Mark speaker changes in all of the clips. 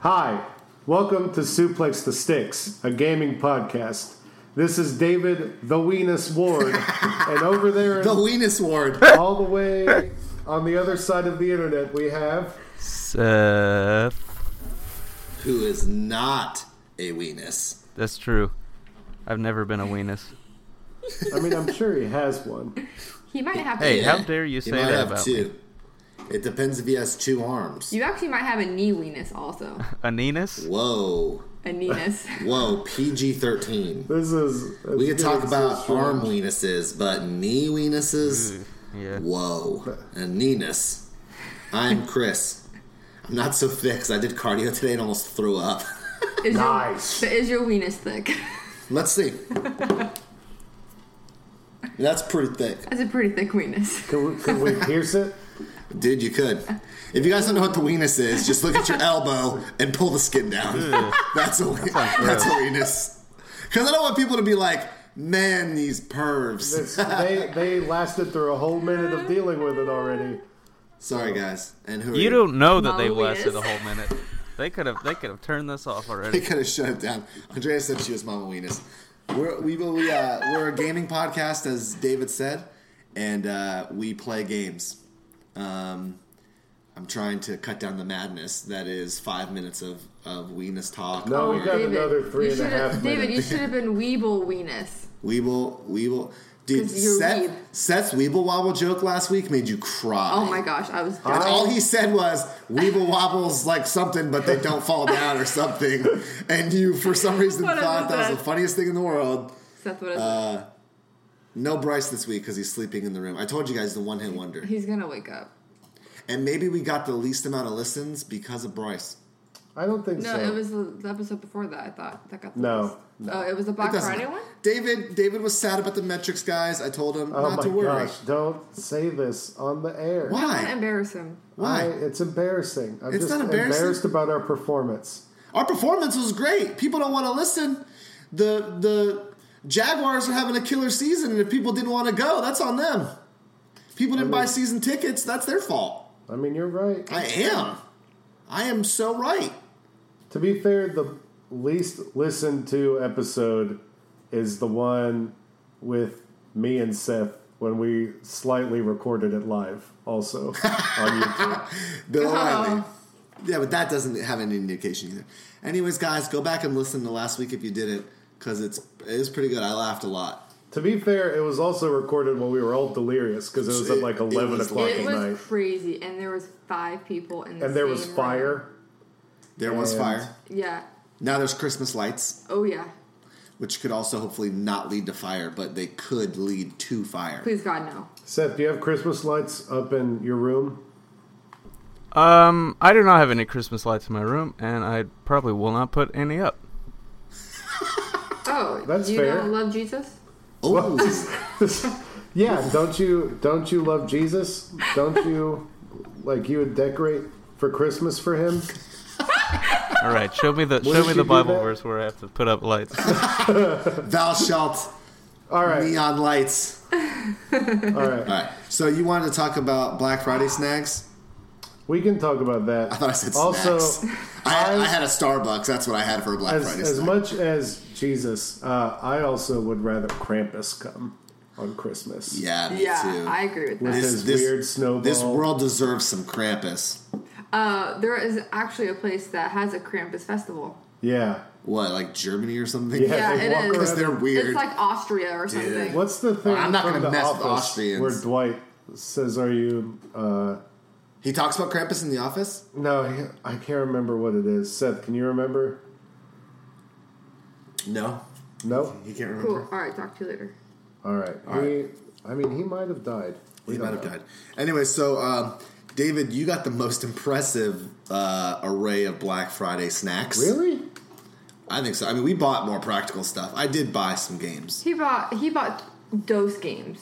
Speaker 1: Hi, welcome to Suplex the Sticks, a gaming podcast. This is David the Weenus Ward, and over there,
Speaker 2: The Weenus Ward.
Speaker 1: all the way on the other side of the internet, we have
Speaker 3: Seth.
Speaker 2: Who is not a weenus.
Speaker 3: That's true. I've never been a weenus.
Speaker 1: I mean, I'm sure he has one.
Speaker 4: He might have.
Speaker 3: Hey,
Speaker 2: Yeah.
Speaker 3: how dare you say
Speaker 2: might
Speaker 3: that
Speaker 2: have
Speaker 3: about me?
Speaker 2: two. It depends if he has two arms.
Speaker 4: You actually might have a knee weenus also.
Speaker 3: A neenus?
Speaker 2: Whoa.
Speaker 4: A weenus.
Speaker 2: Whoa, PG 13.
Speaker 1: This is
Speaker 2: We could talk about arm weenuses, but knee weenuses?
Speaker 3: Yeah.
Speaker 2: Whoa. A neenus. I'm Chris. I'm not so thick 'cause I did cardio today and almost threw up.
Speaker 4: Is
Speaker 1: Nice.
Speaker 4: Your, but is your weenus thick?
Speaker 2: Let's see. That's pretty thick.
Speaker 4: That's a pretty thick weenus.
Speaker 1: Can we, can we pierce it?
Speaker 2: Dude, you could. If you guys don't know what the weenus is, just look at your elbow and pull the skin down. that's a we- that's a weenus. Because I don't want people to be like, man, these pervs.
Speaker 1: This- they they lasted through a whole minute of dealing with it already.
Speaker 2: Sorry, guys. And who are
Speaker 3: You don't know that they
Speaker 4: Molly
Speaker 3: lasted a
Speaker 4: is.
Speaker 3: whole minute. They could have. They could have turned this off
Speaker 2: They
Speaker 3: already.
Speaker 2: could have shut it down. Andrea said she was Mama Weenus. We're we, will- we uh, we're a gaming podcast, as David said, and uh, we play games. Um, I'm trying to cut down the madness that is five minutes of of Weenus talk.
Speaker 1: No, Oh, we got another three
Speaker 4: you
Speaker 1: and a
Speaker 4: should've-
Speaker 1: half
Speaker 4: David, you
Speaker 1: minutes.
Speaker 4: should have been Weeble weenus.
Speaker 2: We will, we will, dude.
Speaker 4: 'Cause you're
Speaker 2: Seth,
Speaker 4: weeb.
Speaker 2: Seth's Weeble Wobble joke last week made you cry.
Speaker 4: Oh my gosh, I was.
Speaker 2: And
Speaker 4: dying.
Speaker 2: all he said was Weeble Wobbles like something, but they don't fall down or something. And you, for some reason,
Speaker 4: What
Speaker 2: thought
Speaker 4: is
Speaker 2: that was
Speaker 4: that?
Speaker 2: the funniest thing in the world.
Speaker 4: Seth, what is
Speaker 1: Uh,
Speaker 2: No Bryce this week because he's sleeping in the room. I told you guys the one hit wonder.
Speaker 4: it? He's gonna wake up.
Speaker 2: And maybe we got the least amount of listens because of Bryce.
Speaker 1: I don't think
Speaker 4: No,
Speaker 1: so.
Speaker 4: it was the the episode before that. I thought that got the
Speaker 1: No,
Speaker 4: most. Oh, it was the Black
Speaker 2: Doesn't-
Speaker 4: Friday one.
Speaker 2: David David was sad about the metrics, guys. I told him
Speaker 1: oh
Speaker 2: not
Speaker 1: my
Speaker 2: to worry.
Speaker 1: gosh! Don't say this on the air.
Speaker 4: I don't
Speaker 2: Why?
Speaker 4: embarrass him.
Speaker 2: Why?
Speaker 1: I- it's embarrassing. I'm
Speaker 2: It's
Speaker 1: just
Speaker 2: not embarrassing.
Speaker 1: embarrassed about our performance.
Speaker 2: Our performance was great. People don't want to listen. The the Jaguars are having a killer season, and if people didn't want to go, that's on them. People didn't buy season tickets. That's their fault.
Speaker 1: I mean, you're right.
Speaker 2: I am. I am so right.
Speaker 1: To be fair, the least listened to episode is the one with me and Seth when we slightly recorded it live, also on YouTube.
Speaker 2: Bill O'Reilly.
Speaker 4: Oh.
Speaker 2: Yeah, but that doesn't have any indication either. Anyways, guys, go back and listen to last week if you didn't, because it's it is pretty good. I laughed a lot.
Speaker 1: to be fair, it was also recorded when we were all delirious because it was at like
Speaker 2: It- it
Speaker 1: 11
Speaker 2: was
Speaker 1: o'clock
Speaker 2: late.
Speaker 1: at
Speaker 4: It was
Speaker 1: night,
Speaker 4: crazy, and there was five people in the
Speaker 1: and there was
Speaker 4: same room.
Speaker 1: fire.
Speaker 2: There was
Speaker 1: And-
Speaker 2: fire.
Speaker 4: Yeah.
Speaker 2: Now there's Christmas lights,
Speaker 4: Oh yeah.
Speaker 2: which could also hopefully not lead to fire, but they could lead to fire.
Speaker 4: Please God no.
Speaker 1: Seth, do you have Christmas lights up in your room?
Speaker 3: Um, I do not have any Christmas lights in my room, and I probably will not put any up.
Speaker 4: Oh,
Speaker 1: That's
Speaker 4: you
Speaker 1: fair.
Speaker 4: don't love Jesus?
Speaker 2: Oh,
Speaker 1: yeah, don't you don't you love Jesus? Don't you like you would decorate for Christmas for him?
Speaker 3: All right, show me the
Speaker 1: Wouldn't
Speaker 3: show me
Speaker 1: you
Speaker 3: the
Speaker 1: do
Speaker 3: Bible
Speaker 1: that?
Speaker 3: verse where I have to put up lights.
Speaker 2: thou shalt
Speaker 1: All right.
Speaker 2: neon lights.
Speaker 1: All right,
Speaker 2: All right. So you wanted to talk about Black Friday snacks?
Speaker 1: we can talk about that.
Speaker 2: I thought I said
Speaker 1: also,
Speaker 2: snacks. I, I
Speaker 1: I-
Speaker 2: had a Starbucks. That's what I had for a Black
Speaker 1: as,
Speaker 2: Friday
Speaker 1: as
Speaker 2: snack.
Speaker 1: much as Jesus, uh, I also would rather Krampus come on Christmas.
Speaker 2: yeah, me
Speaker 4: yeah,
Speaker 2: too.
Speaker 4: I agree with
Speaker 1: with
Speaker 4: that.
Speaker 1: his weird snowball.
Speaker 2: This world deserves some Krampus.
Speaker 4: Uh, there is actually a place that has a Krampus festival.
Speaker 1: yeah,
Speaker 2: What, like Germany or something?
Speaker 1: yeah.
Speaker 4: Yeah,
Speaker 1: they
Speaker 4: it
Speaker 1: walk
Speaker 4: is.
Speaker 2: Because
Speaker 1: around-
Speaker 2: they're weird.
Speaker 4: It's like Austria or something.
Speaker 1: What's the thing?
Speaker 2: I'm not
Speaker 1: from
Speaker 2: gonna
Speaker 1: the
Speaker 2: mess with
Speaker 1: office
Speaker 2: Austrians.
Speaker 1: Where Dwight says, "Are you?" Uh,
Speaker 2: he talks about Krampus in the office?
Speaker 1: no, he- I can't remember what it is. Seth, can you remember?
Speaker 2: No.
Speaker 1: No.
Speaker 2: He can't remember.
Speaker 4: Cool. All right, talk to you later.
Speaker 1: All right. he, I mean, he might have died. We
Speaker 2: He
Speaker 1: don't
Speaker 2: might have
Speaker 1: know.
Speaker 2: died. Anyway, so um, David, you got the most impressive uh, array of Black Friday snacks.
Speaker 1: Really?
Speaker 2: I think so. I mean, we bought more practical stuff. I did buy some games.
Speaker 4: He bought he bought those games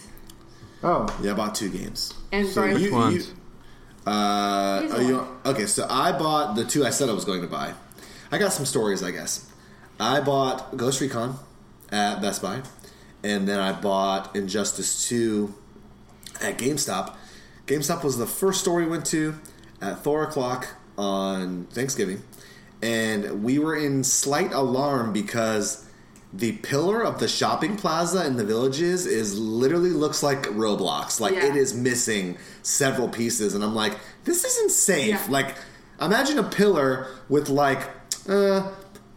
Speaker 1: Oh,
Speaker 2: Yeah, I bought two games.
Speaker 4: and
Speaker 2: So
Speaker 4: Bryce.
Speaker 2: you- you-
Speaker 3: ones?
Speaker 2: uh,
Speaker 4: These
Speaker 2: are you-
Speaker 4: ones.
Speaker 2: okay, so I bought the two I said I was going to buy. I got some stories, I guess. I bought Ghost Recon at Best Buy, and then I bought Injustice 2 at GameStop. GameStop was the first store we went to at 4 o'clock on Thanksgiving, and we were in slight alarm because the pillar of the shopping plaza in the villages is literally looks like Roblox. Like
Speaker 4: Yeah.
Speaker 2: it is missing several pieces, and I'm like, this isn't safe.
Speaker 4: Yeah.
Speaker 2: Like, imagine a pillar with like. Uh,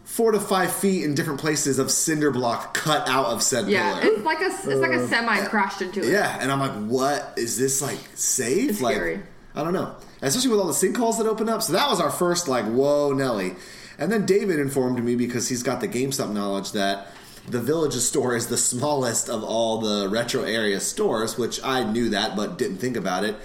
Speaker 2: Four to five feet in different places of cinder block cut out of said
Speaker 4: Yeah,
Speaker 2: pillar.
Speaker 4: it's like a it's like
Speaker 1: Uh,
Speaker 4: a semi crashed into it.
Speaker 2: Yeah, and I'm like, what is this like safe?
Speaker 4: It's
Speaker 2: like,
Speaker 4: scary.
Speaker 2: I don't know, especially with all the sinkholes that open up. So that was our first like, whoa, Nelly. And then David informed me because he's got the GameStop knowledge that the Villages store is the smallest of all the retro area stores, which I knew that but didn't think about it.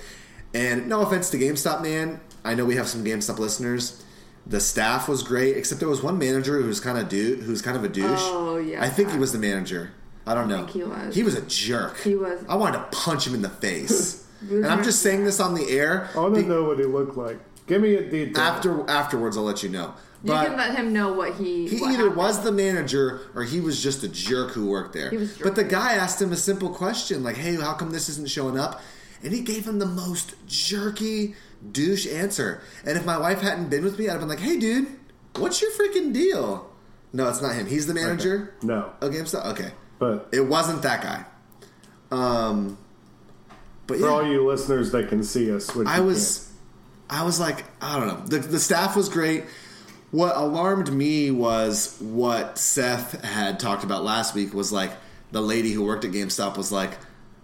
Speaker 2: And no offense to GameStop, man. I know we have some GameStop listeners. The staff was great, except there was one manager who was kind of dude, who's kind of a douche.
Speaker 4: Oh, yeah.
Speaker 2: I think he was the manager. I don't know.
Speaker 4: think he was.
Speaker 2: He was a jerk.
Speaker 4: He was.
Speaker 2: I wanted to punch him in the face.
Speaker 4: Really?
Speaker 2: and I'm just saying this on the air.
Speaker 1: I want
Speaker 2: Be-
Speaker 1: to know what he looked like. Give me a detail.
Speaker 2: After afterwards, I'll let you know.
Speaker 4: You
Speaker 2: But
Speaker 4: can let him know what he.
Speaker 2: he
Speaker 4: what
Speaker 2: either
Speaker 4: happened.
Speaker 2: was the manager or he was just a jerk who worked there.
Speaker 4: He was a
Speaker 2: but the
Speaker 4: jerk.
Speaker 2: guy asked him a simple question like, "Hey, how come this isn't showing up?" And he gave him the most jerky douche answer. And if my wife hadn't been with me, I'd have been like, "Hey, dude, what's your freaking deal?" No, it's not him. He's the manager.
Speaker 1: no,
Speaker 2: Okay, I'm still okay.
Speaker 1: but
Speaker 2: It wasn't that guy. Um, but yeah,
Speaker 1: for all you listeners that can see us, which
Speaker 2: I
Speaker 1: you
Speaker 2: was, I was like, I don't know. The, the staff was great. What alarmed me was what Seth had talked about last week was like the lady who worked at GameStop was like,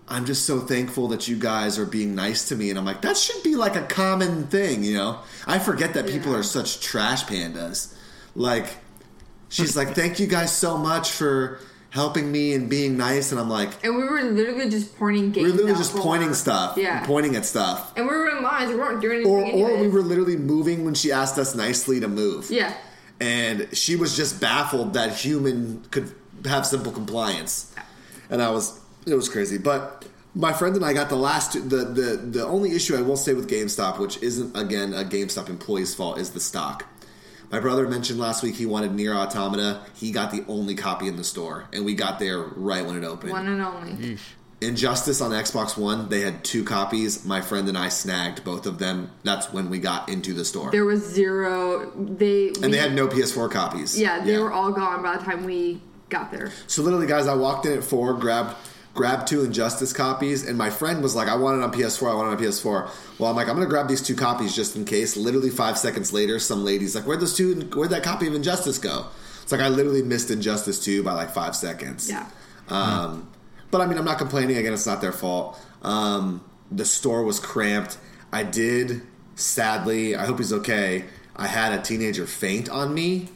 Speaker 2: I'm just so thankful that you guys are being nice to me. And I'm like, that should be like a common thing, you know? I forget that people
Speaker 4: Yeah.
Speaker 2: are such trash pandas. Like, she's like, thank you guys so much for helping me and being nice. And I'm like,
Speaker 4: And we were literally just pointing games.
Speaker 2: we were literally
Speaker 4: out
Speaker 2: just
Speaker 4: for-
Speaker 2: pointing stuff,
Speaker 4: Yeah.
Speaker 2: pointing at stuff.
Speaker 4: and we were in lines. We weren't doing anything.
Speaker 2: Or, or
Speaker 4: anyways.
Speaker 2: we were literally moving when she asked us nicely to move.
Speaker 4: Yeah.
Speaker 2: And she was just baffled that human could have simple compliance. And I was, it was crazy. But my friend and I got the last, two- the, the, the only issue I will say with GameStop, which isn't, again, a GameStop employee's fault, is the stock. My brother mentioned last week he wanted Near Automata. He got the only copy in the store, and we got there right when it opened.
Speaker 4: One and only.
Speaker 3: Yeesh.
Speaker 2: Injustice on Xbox One, they had two copies. My friend and I snagged both of them. That's when we got into the store.
Speaker 4: There was zero. They
Speaker 2: and they had no PS4 copies.
Speaker 4: Yeah, they were all gone by the time we got there.
Speaker 2: So literally, guys, I walked in at four, grabbed grabbed two Injustice copies, and my friend was like, "I want it on PS4. I want it on PS4." Well, I'm like, "I'm gonna grab these two copies just in case." Literally five seconds later, some lady's like, "Where'd those two? Where'd that copy of Injustice go?" It's like I literally missed Injustice two by like five seconds.
Speaker 4: Yeah.
Speaker 2: Um, But I mean, I'm not complaining. Again, it's not their fault. Um, the store was cramped. I did, sadly, I hope he's okay. I had a teenager faint on me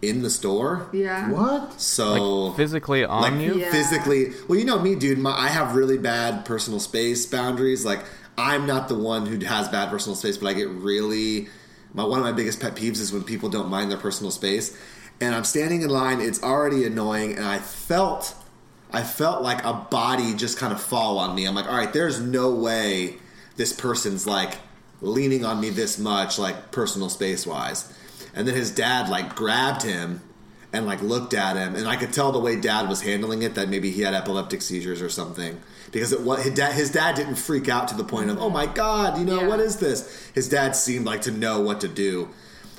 Speaker 2: in the store.
Speaker 4: Yeah.
Speaker 1: can't. What?
Speaker 2: So
Speaker 3: Physically on
Speaker 2: Oh. like
Speaker 3: you?
Speaker 4: Yeah.
Speaker 2: physically. Well, you know me, dude. My, I have really bad personal space boundaries. Like I'm not the one who has bad personal space, but I get really. My one of my biggest pet peeves is when people don't mind their personal space, and I'm standing in line. It's already annoying, and I felt, I felt like a body just kind of fall on me. I'm like, all right, there's no way this person's like leaning on me this much, like personal space wise. And then his dad like grabbed him and like looked at him, and I could tell the way Dad was handling it that maybe he had epileptic seizures or something because it was his dad, his dad didn't freak out to the point of oh my god, you know
Speaker 4: Yeah.
Speaker 2: what is this? His dad seemed like to know what to do.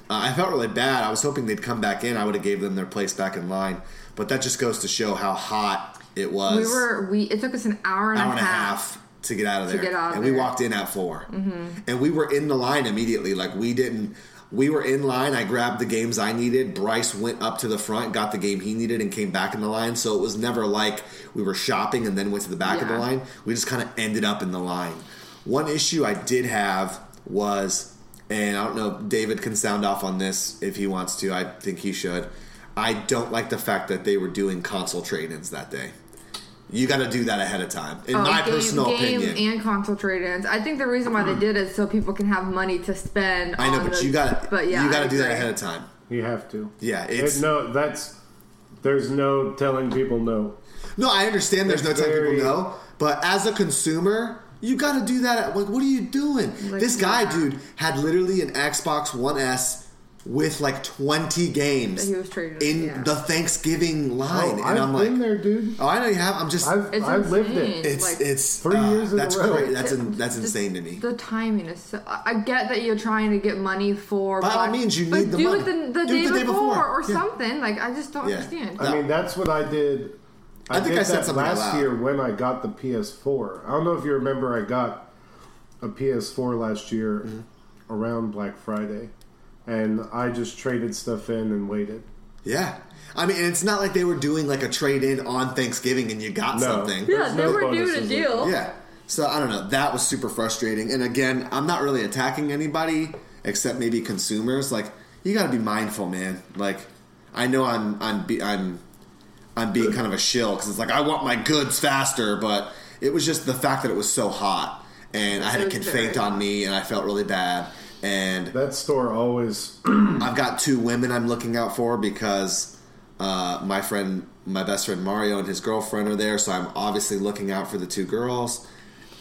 Speaker 2: Uh, I felt really bad. I was hoping they'd come back in. I would have gave them their place back in line, but that just goes to show how hot it was.
Speaker 4: We were we. It took us an hour and,
Speaker 2: hour
Speaker 4: a, half.
Speaker 2: to get out of there.
Speaker 4: get out of
Speaker 2: and we
Speaker 4: there. Mm-hmm.
Speaker 2: walked in at 4 And we were in the line immediately. Like we didn't we were in line. I grabbed the games I needed. Bryce went up to the front, got the game he needed, and came back in the line. So it was never like we were shopping and then went to the back of the
Speaker 4: Yeah.
Speaker 2: line. We just kind of ended up in the line. One issue I did have was, and I don't know if David can sound off on this if he wants to. I think he should. I don't like the fact that they were doing console trade-ins that day. You got to do that ahead of time, in
Speaker 4: Oh,
Speaker 2: my
Speaker 4: game,
Speaker 2: personal
Speaker 4: game
Speaker 2: opinion. Hmm.
Speaker 4: and console trade-ins. I think the reason why they did it is so people can have money to spend.
Speaker 2: I know,
Speaker 4: on
Speaker 2: but
Speaker 4: the-
Speaker 2: you got
Speaker 4: But yeah,
Speaker 2: you got
Speaker 4: I
Speaker 2: to do that
Speaker 4: agree.
Speaker 2: ahead of time.
Speaker 1: You have to.
Speaker 2: Yeah,
Speaker 1: It,
Speaker 2: it's no,
Speaker 1: no, that's. There's no telling people no.
Speaker 2: I understand. There's no
Speaker 1: It's
Speaker 2: time
Speaker 1: very-
Speaker 2: people know, but as a consumer, you got to do that. At, like, what are you doing?
Speaker 4: Like,
Speaker 2: this guy,
Speaker 4: yeah.
Speaker 2: dude, had literally an Xbox One S with like 20 games
Speaker 4: That he was traded with,
Speaker 2: in
Speaker 4: yeah.
Speaker 2: the Thanksgiving line. and
Speaker 1: Oh, I've
Speaker 2: I'm
Speaker 1: been
Speaker 2: like,
Speaker 1: there, dude.
Speaker 2: oh, I know you have. I'm just,
Speaker 1: I've,
Speaker 4: It's
Speaker 1: I've lived it.
Speaker 4: insane.
Speaker 2: it's,
Speaker 4: like-
Speaker 2: it's uh,
Speaker 1: Three years in a
Speaker 2: that's
Speaker 1: row.
Speaker 2: great. That's, in, that's
Speaker 4: Just
Speaker 2: insane to me.
Speaker 4: The timing is so. I I get that you're trying to get money for.
Speaker 2: By all
Speaker 4: Black-
Speaker 2: means, you
Speaker 4: but
Speaker 2: need the
Speaker 4: do
Speaker 2: money.
Speaker 4: it the, the,
Speaker 2: Do it
Speaker 4: day,
Speaker 2: the day
Speaker 4: before,
Speaker 2: before.
Speaker 4: or
Speaker 2: Yeah.
Speaker 4: something. Like I just don't
Speaker 2: Yeah.
Speaker 4: understand.
Speaker 1: I mean, that's what I did. I,
Speaker 2: I think
Speaker 1: did
Speaker 2: I said
Speaker 1: that
Speaker 2: something out
Speaker 1: last
Speaker 2: loud.
Speaker 1: year when I got the PS4. I don't know if you remember, I got a PS4 last year
Speaker 2: Mm-hmm.
Speaker 1: around Black Friday, and I just traded stuff in and waited.
Speaker 2: Yeah. I mean, and it's not like they were doing like a trade in on Thanksgiving and you got
Speaker 1: No.
Speaker 2: something.
Speaker 1: Yeah,
Speaker 4: yeah,
Speaker 1: there's
Speaker 4: they
Speaker 1: no
Speaker 4: were
Speaker 1: bonuses
Speaker 4: doing
Speaker 1: in
Speaker 4: a
Speaker 1: there.
Speaker 4: deal.
Speaker 2: Yeah. So I don't know. That was super frustrating. And again, I'm not really attacking anybody except maybe consumers. Like you got to be mindful, man. Like I know I'm I'm be, I'm I'm being kind of a shill because it's like I want my goods faster, but it was just the fact that it was so hot and I had a
Speaker 4: It was
Speaker 2: confint
Speaker 4: very
Speaker 2: on me and I felt really bad. And
Speaker 1: That store always.
Speaker 2: I've got two women I'm looking out for because uh, my friend, my best friend Mario and his girlfriend are there, so I'm obviously looking out for the two girls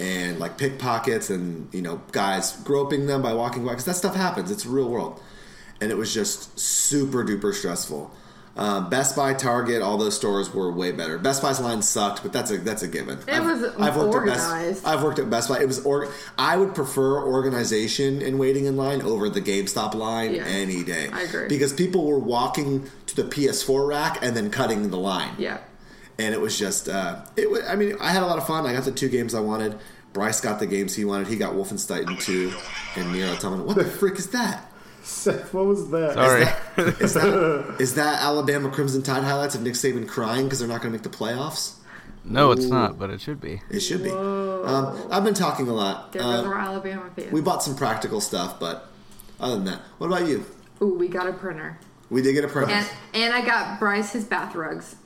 Speaker 2: and like pickpockets and you know guys groping them by walking by because that stuff happens. It's real world, and it was just super duper stressful. Um, Best Buy, Target, all those stores were way better. Best Buy's line sucked, but that's a that's a given. It
Speaker 4: was
Speaker 2: At Best,
Speaker 4: organized.
Speaker 2: I've worked at Best Buy. It was or I would prefer organization and waiting in line over the GameStop line
Speaker 4: Yeah.
Speaker 2: any day.
Speaker 4: I agree.
Speaker 2: Because people were walking to the PS4 rack and then cutting the line.
Speaker 4: Yeah.
Speaker 2: And it was just uh it was, I mean, I had a lot of fun. I got the two games I wanted. Bryce got the games he wanted. He got Wolfenstein 2 and Nero Automata. What the frick is that?
Speaker 1: Seth, what was that?
Speaker 3: Sorry.
Speaker 2: Is that is that Alabama Crimson Tide highlights of Nick Saban crying because they're not going to make the playoffs?
Speaker 3: no, it's not, but it should be.
Speaker 2: It should be. Um, I've been talking a lot.
Speaker 4: There
Speaker 2: Um,
Speaker 4: were Alabama fans.
Speaker 2: We bought some practical stuff, but other than that, what about you?
Speaker 4: Ooh, we got a printer,
Speaker 2: We did get a printer,
Speaker 4: and and I got Bryce his bath rugs.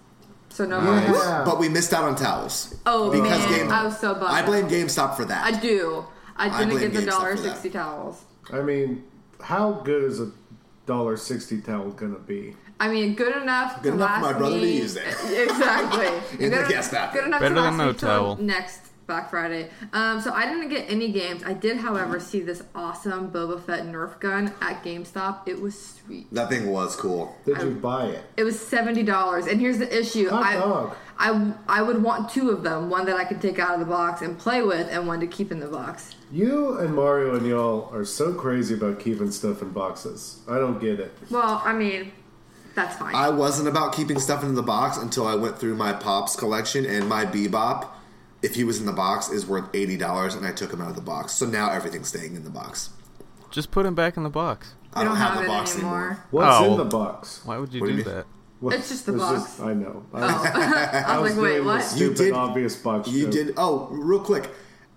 Speaker 4: So no more.
Speaker 1: Nice.
Speaker 4: Nice.
Speaker 1: Yeah.
Speaker 2: but we missed out on towels.
Speaker 4: Oh
Speaker 2: Because
Speaker 4: man,
Speaker 2: Game-
Speaker 4: I was so bummed.
Speaker 2: I blame GameStop for
Speaker 4: Uh-huh. I
Speaker 2: that.
Speaker 4: do. I
Speaker 2: I
Speaker 4: didn't
Speaker 2: blame
Speaker 4: get the
Speaker 2: GameStop for
Speaker 4: dollar
Speaker 2: that.
Speaker 4: sixty towels.
Speaker 1: I mean, how good is a dollar sixty towel gonna be?
Speaker 4: I mean, good enough.
Speaker 2: Good
Speaker 4: to
Speaker 2: enough for
Speaker 4: last
Speaker 2: my brother to
Speaker 4: me-
Speaker 2: use it.
Speaker 4: Exactly.
Speaker 2: In the
Speaker 4: good,
Speaker 2: guest bathroom.
Speaker 4: Good enough
Speaker 3: Better
Speaker 4: to
Speaker 3: than
Speaker 4: last
Speaker 3: no
Speaker 4: me till
Speaker 3: towel.
Speaker 4: next Black Friday. Um, so I didn't get any games. I did, however, see this awesome Boba Fett Nerf gun at GameStop. It was sweet.
Speaker 2: That thing was cool.
Speaker 1: Did you buy it?
Speaker 4: It was seventy dollars, and here's the issue:
Speaker 1: Hot
Speaker 4: I,
Speaker 1: dog.
Speaker 4: I, I would want two of them, one that I could take out of the box and play with, and one to keep in the box.
Speaker 1: You and Mario and y'all are so crazy about keeping stuff in boxes. I don't get it.
Speaker 4: Well, I mean, that's fine.
Speaker 2: I wasn't about keeping stuff in the box until I went through my Pops collection and my Bebop. If he was in the box, is worth eighty dollars, and I took him out of the box. So now everything's staying in the box.
Speaker 3: Just put him back in the box.
Speaker 2: I don't, have, the box anymore.
Speaker 1: What's
Speaker 3: Oh.
Speaker 1: in the box?
Speaker 3: Why would you
Speaker 2: What do
Speaker 3: do
Speaker 2: you mean?
Speaker 3: that?
Speaker 1: What-
Speaker 4: It's just the box.
Speaker 1: I know. I,
Speaker 2: Oh.
Speaker 4: I was like, wait,
Speaker 1: doing the
Speaker 4: what?
Speaker 1: Stupid,
Speaker 2: You did-
Speaker 1: obvious box.
Speaker 2: You
Speaker 1: joke.
Speaker 2: did. Oh, real quick,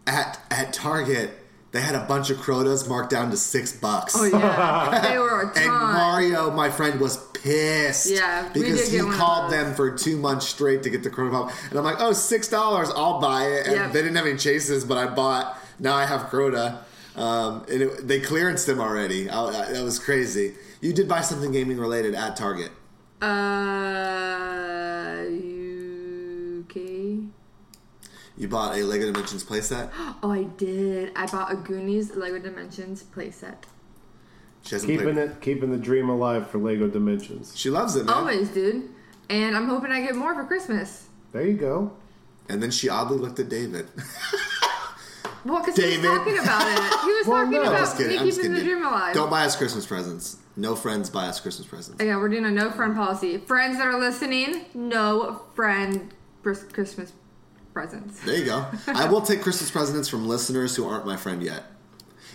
Speaker 2: at at Target, they had a bunch of Crotas marked down to six bucks.
Speaker 4: Oh yeah, they were a ton.
Speaker 2: And Mario, my friend, was pissed.
Speaker 4: Yeah, we did
Speaker 2: because
Speaker 4: get
Speaker 2: he
Speaker 4: one of
Speaker 2: called
Speaker 4: those.
Speaker 2: them for two months straight to get the Corona Pop, and I'm like, oh, six dollars, I'll buy it. And
Speaker 4: Yep.
Speaker 2: they didn't have any chases, but I bought. Now I have Crota, um, and it, they clearanced them already. I, I, that was crazy. You did buy something gaming related at Target.
Speaker 4: Uh, okay.
Speaker 2: You bought a Lego Dimensions playset.
Speaker 4: Oh, I did. I bought a Goonies Lego Dimensions playset.
Speaker 2: She hasn't
Speaker 1: Keeping
Speaker 2: played
Speaker 1: it, keeping the dream alive for Lego Dimensions.
Speaker 2: She loves it, man.
Speaker 4: Always, dude. And I'm hoping I get more for Christmas.
Speaker 1: There you go.
Speaker 2: And then she oddly looked at David.
Speaker 4: Well, because he was
Speaker 2: David.
Speaker 4: talking about it. He was
Speaker 1: Well,
Speaker 4: talking
Speaker 1: no. I'm
Speaker 4: about
Speaker 2: just kidding.
Speaker 4: me
Speaker 2: I'm just
Speaker 4: keeping
Speaker 2: kidding.
Speaker 4: the dream alive.
Speaker 2: Don't buy us Christmas presents. No friends buy us Christmas presents.
Speaker 4: Again, we're doing a no friend policy. Friends that are listening, no friend pres- Christmas presents.
Speaker 2: There you go. I will take Christmas presents from listeners who aren't my friend yet.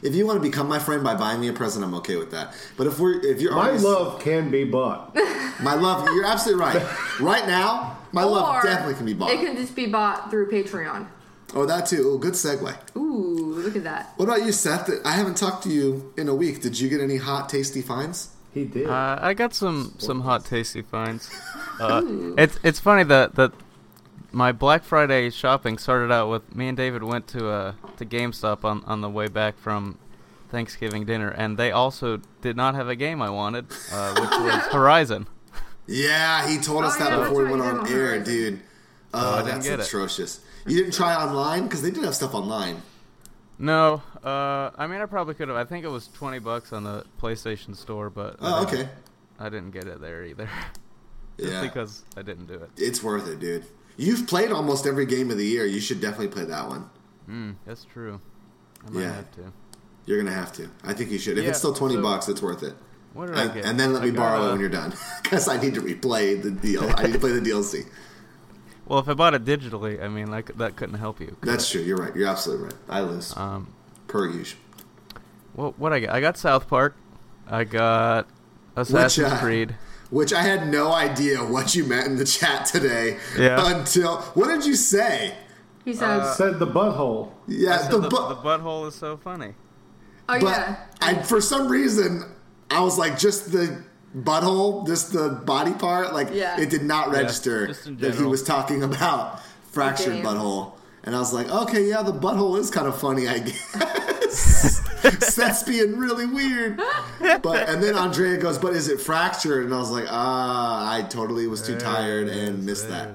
Speaker 2: If you want to become my friend by buying me a present, I'm okay with that. But if we're if you're
Speaker 1: My
Speaker 2: already-
Speaker 1: love can be bought.
Speaker 2: my love, you're absolutely right. Right now, my love
Speaker 4: Or
Speaker 2: definitely can be bought.
Speaker 4: It can just be bought through Patreon.
Speaker 2: oh, that too. Oh, good segue.
Speaker 4: Ooh, look at that.
Speaker 2: What about you, Seth? I haven't talked to you in a week. Did you get any hot, tasty finds?
Speaker 1: He did.
Speaker 3: Uh, I got some some hot tasty finds. Uh, it's it's funny that that my Black Friday shopping started out with me and David went to uh to GameStop on on the way back from Thanksgiving dinner, and they also did not have a game I wanted, uh, which was Horizon.
Speaker 2: Yeah, he told us
Speaker 4: Oh,
Speaker 2: that
Speaker 4: yeah,
Speaker 2: before we
Speaker 4: that's
Speaker 2: went
Speaker 4: right,
Speaker 2: on
Speaker 4: you didn't
Speaker 2: air,
Speaker 4: want
Speaker 2: dude.
Speaker 3: I
Speaker 2: Oh,
Speaker 3: didn't
Speaker 2: that's
Speaker 3: get it.
Speaker 2: atrocious. You didn't try online because they did have stuff online.
Speaker 3: No, uh, I mean I probably could have. I think it was twenty bucks on the PlayStation Store, but I
Speaker 2: Oh,
Speaker 3: didn't-
Speaker 2: okay.
Speaker 3: I didn't get it there either, just
Speaker 2: Yeah.
Speaker 3: because I didn't do it.
Speaker 2: It's worth it, dude. You've played almost every game of the year. You should definitely play that one.
Speaker 3: Mm, that's true. I might
Speaker 2: Yeah.
Speaker 3: have to.
Speaker 2: You're gonna have to. I think you should. If
Speaker 3: Yeah,
Speaker 2: it's still twenty
Speaker 3: so-
Speaker 2: bucks, it's worth it.
Speaker 3: What did I,
Speaker 2: And,
Speaker 3: get?
Speaker 2: and then let
Speaker 3: I
Speaker 2: me
Speaker 3: got,
Speaker 2: borrow
Speaker 3: uh,
Speaker 2: it when you're done, because I need to replay the deal. I need to play the DLC.
Speaker 3: Well, if I bought it digitally, I mean like that couldn't help you.
Speaker 2: That's true. You're right. You're absolutely right. I lose
Speaker 3: Um,
Speaker 2: per usual.
Speaker 3: what what I got? I got South Park. I got Assassin's
Speaker 2: uh,
Speaker 3: Creed.
Speaker 2: Which I had no idea what you meant in the chat today
Speaker 3: Yeah.
Speaker 2: until what did you say?
Speaker 4: He
Speaker 2: Uh,
Speaker 4: says,
Speaker 1: Said the butthole.
Speaker 2: Yeah, the,
Speaker 3: the,
Speaker 2: bu-
Speaker 3: the butthole is so funny.
Speaker 4: "Oh
Speaker 2: but
Speaker 4: yeah,
Speaker 2: I, for some reason I was like just the butthole, just the body part. Like
Speaker 4: Yeah.
Speaker 2: it did not register
Speaker 3: just in
Speaker 2: that he
Speaker 3: general.
Speaker 2: was talking about fractured
Speaker 4: game.
Speaker 2: butthole. And I was like, okay, yeah, the butthole is kind of funny, I guess. Seth's being really weird. But and then Andrea goes, but is it fractured? And I was like, ah, I totally was too tired and missed that.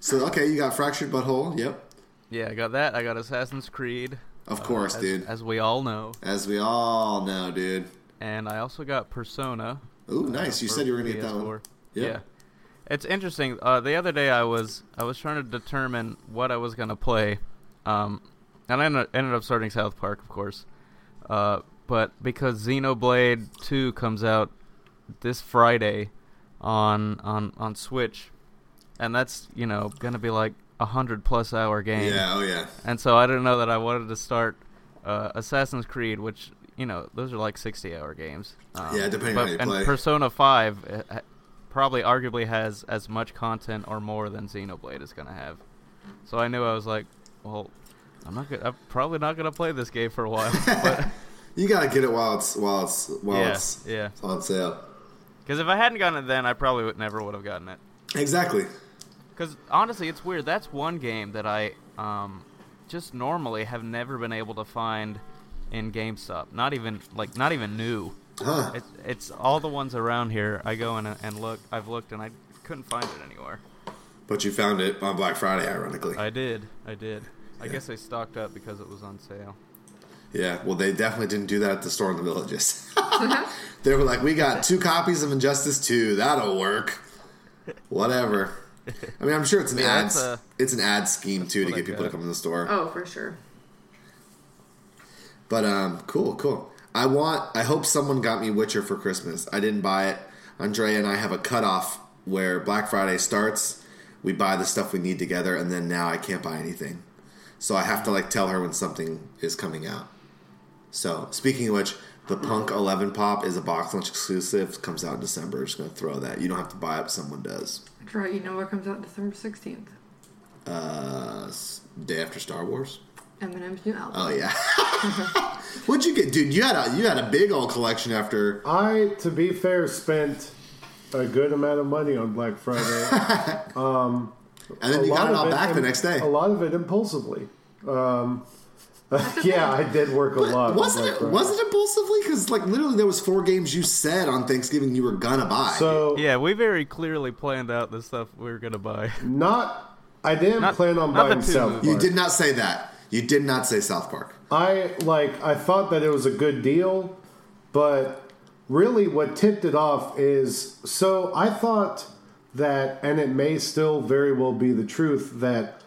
Speaker 2: So okay, you got fractured butthole. Yep,
Speaker 3: Yeah, I got that. I got Assassin's Creed,
Speaker 2: of course,
Speaker 3: Uh, as,
Speaker 2: dude.
Speaker 3: as we all know,
Speaker 2: As we all know, dude.
Speaker 3: and I also got Persona.
Speaker 2: Ooh, nice. You
Speaker 3: Uh, for
Speaker 2: said you were gonna get that one.
Speaker 3: PS4.
Speaker 2: Yep.
Speaker 3: Yeah. It's interesting. Uh, the other day, I was I was trying to determine what I was gonna play, um, and I ended- ended up starting South Park, of course. Uh, but because Xenoblade Two comes out this Friday on on on Switch, and that's you know gonna be like a hundred plus hour game.
Speaker 2: Yeah. Oh yeah.
Speaker 3: And so I didn't know that I wanted to start uh, Assassin's Creed, which you know those are like sixty-hour games. Um,
Speaker 2: Yeah, depending on how you
Speaker 3: and
Speaker 2: play.
Speaker 3: Persona Five uh, ha- probably arguably has as much content or more than Xenoblade is going to have. So I knew I was like, well, I'm not. Gonna, I'm probably not going to play this game for a while. But
Speaker 2: You gotta get it while it's while it's while
Speaker 3: yeah,
Speaker 2: it's
Speaker 3: yeah.
Speaker 2: on sale.
Speaker 3: Because if I hadn't gotten it then, I probably would never would have gotten it.
Speaker 2: Exactly.
Speaker 3: Because honestly, it's weird. That's one game that I um, just normally have never been able to find in GameStop. Not even like not even new.
Speaker 2: Huh.
Speaker 3: It's, it's all the ones around here. I go and and look. I've looked and I couldn't find it anywhere.
Speaker 2: But you found it on Black Friday, ironically.
Speaker 3: I did. I did. I guess I stocked up because it was on sale.
Speaker 2: Yeah. Well, they definitely didn't do that at the store in the villages.
Speaker 3: Mm-hmm.
Speaker 2: they were like, "We got two copies of Injustice Two. That'll work. Whatever." I mean, I'm sure it's an
Speaker 3: Yeah,
Speaker 2: ad.
Speaker 3: that's a-
Speaker 2: it's an ad scheme too to
Speaker 3: what I
Speaker 2: get people to
Speaker 3: got.
Speaker 2: come to the store.
Speaker 4: oh for sure."
Speaker 2: But um, cool, cool. I want. I hope someone got me Witcher for Christmas. I didn't buy it. Andrea and I have a cutoff where Black Friday starts. We buy the stuff we need together, and then now I can't buy anything. So I have to like tell her when something is coming out. So speaking of which, the Punk Eleven Pop is a box lunch exclusive. Comes out in December. Just gonna throw that. You don't have to buy it. Someone does.
Speaker 4: That's right. You know what comes out December sixteenth?
Speaker 2: Uh, s- day after Star Wars.
Speaker 4: Eminem's new album.
Speaker 2: Oh yeah. What'd you get, dude? You had a you had a big old collection after.
Speaker 1: I, to be fair, spent a good amount of money on Black Friday.
Speaker 2: And
Speaker 1: A
Speaker 2: then you
Speaker 1: lot
Speaker 2: got it
Speaker 1: of
Speaker 2: all back the
Speaker 1: im-
Speaker 2: next day.
Speaker 1: A lot of it impulsively. Um, yeah, I did work a lot. on
Speaker 2: Wasn't
Speaker 1: Black
Speaker 2: it?
Speaker 1: Friday.
Speaker 2: Wasn't it impulsively? Because like literally, there was four games you said on Thanksgiving you were gonna buy.
Speaker 1: So
Speaker 3: Yeah, we very clearly planned out the stuff we were gonna buy.
Speaker 1: not. I didn't
Speaker 3: Not-
Speaker 1: plan on
Speaker 3: not the
Speaker 1: buying
Speaker 3: two
Speaker 1: South
Speaker 3: movies.
Speaker 2: you
Speaker 1: Park.
Speaker 2: did not say that. You did not say South Park.
Speaker 1: I like. I thought that it was a good deal, but really, what tipped it off is so I thought that, and it may still very well be the truth that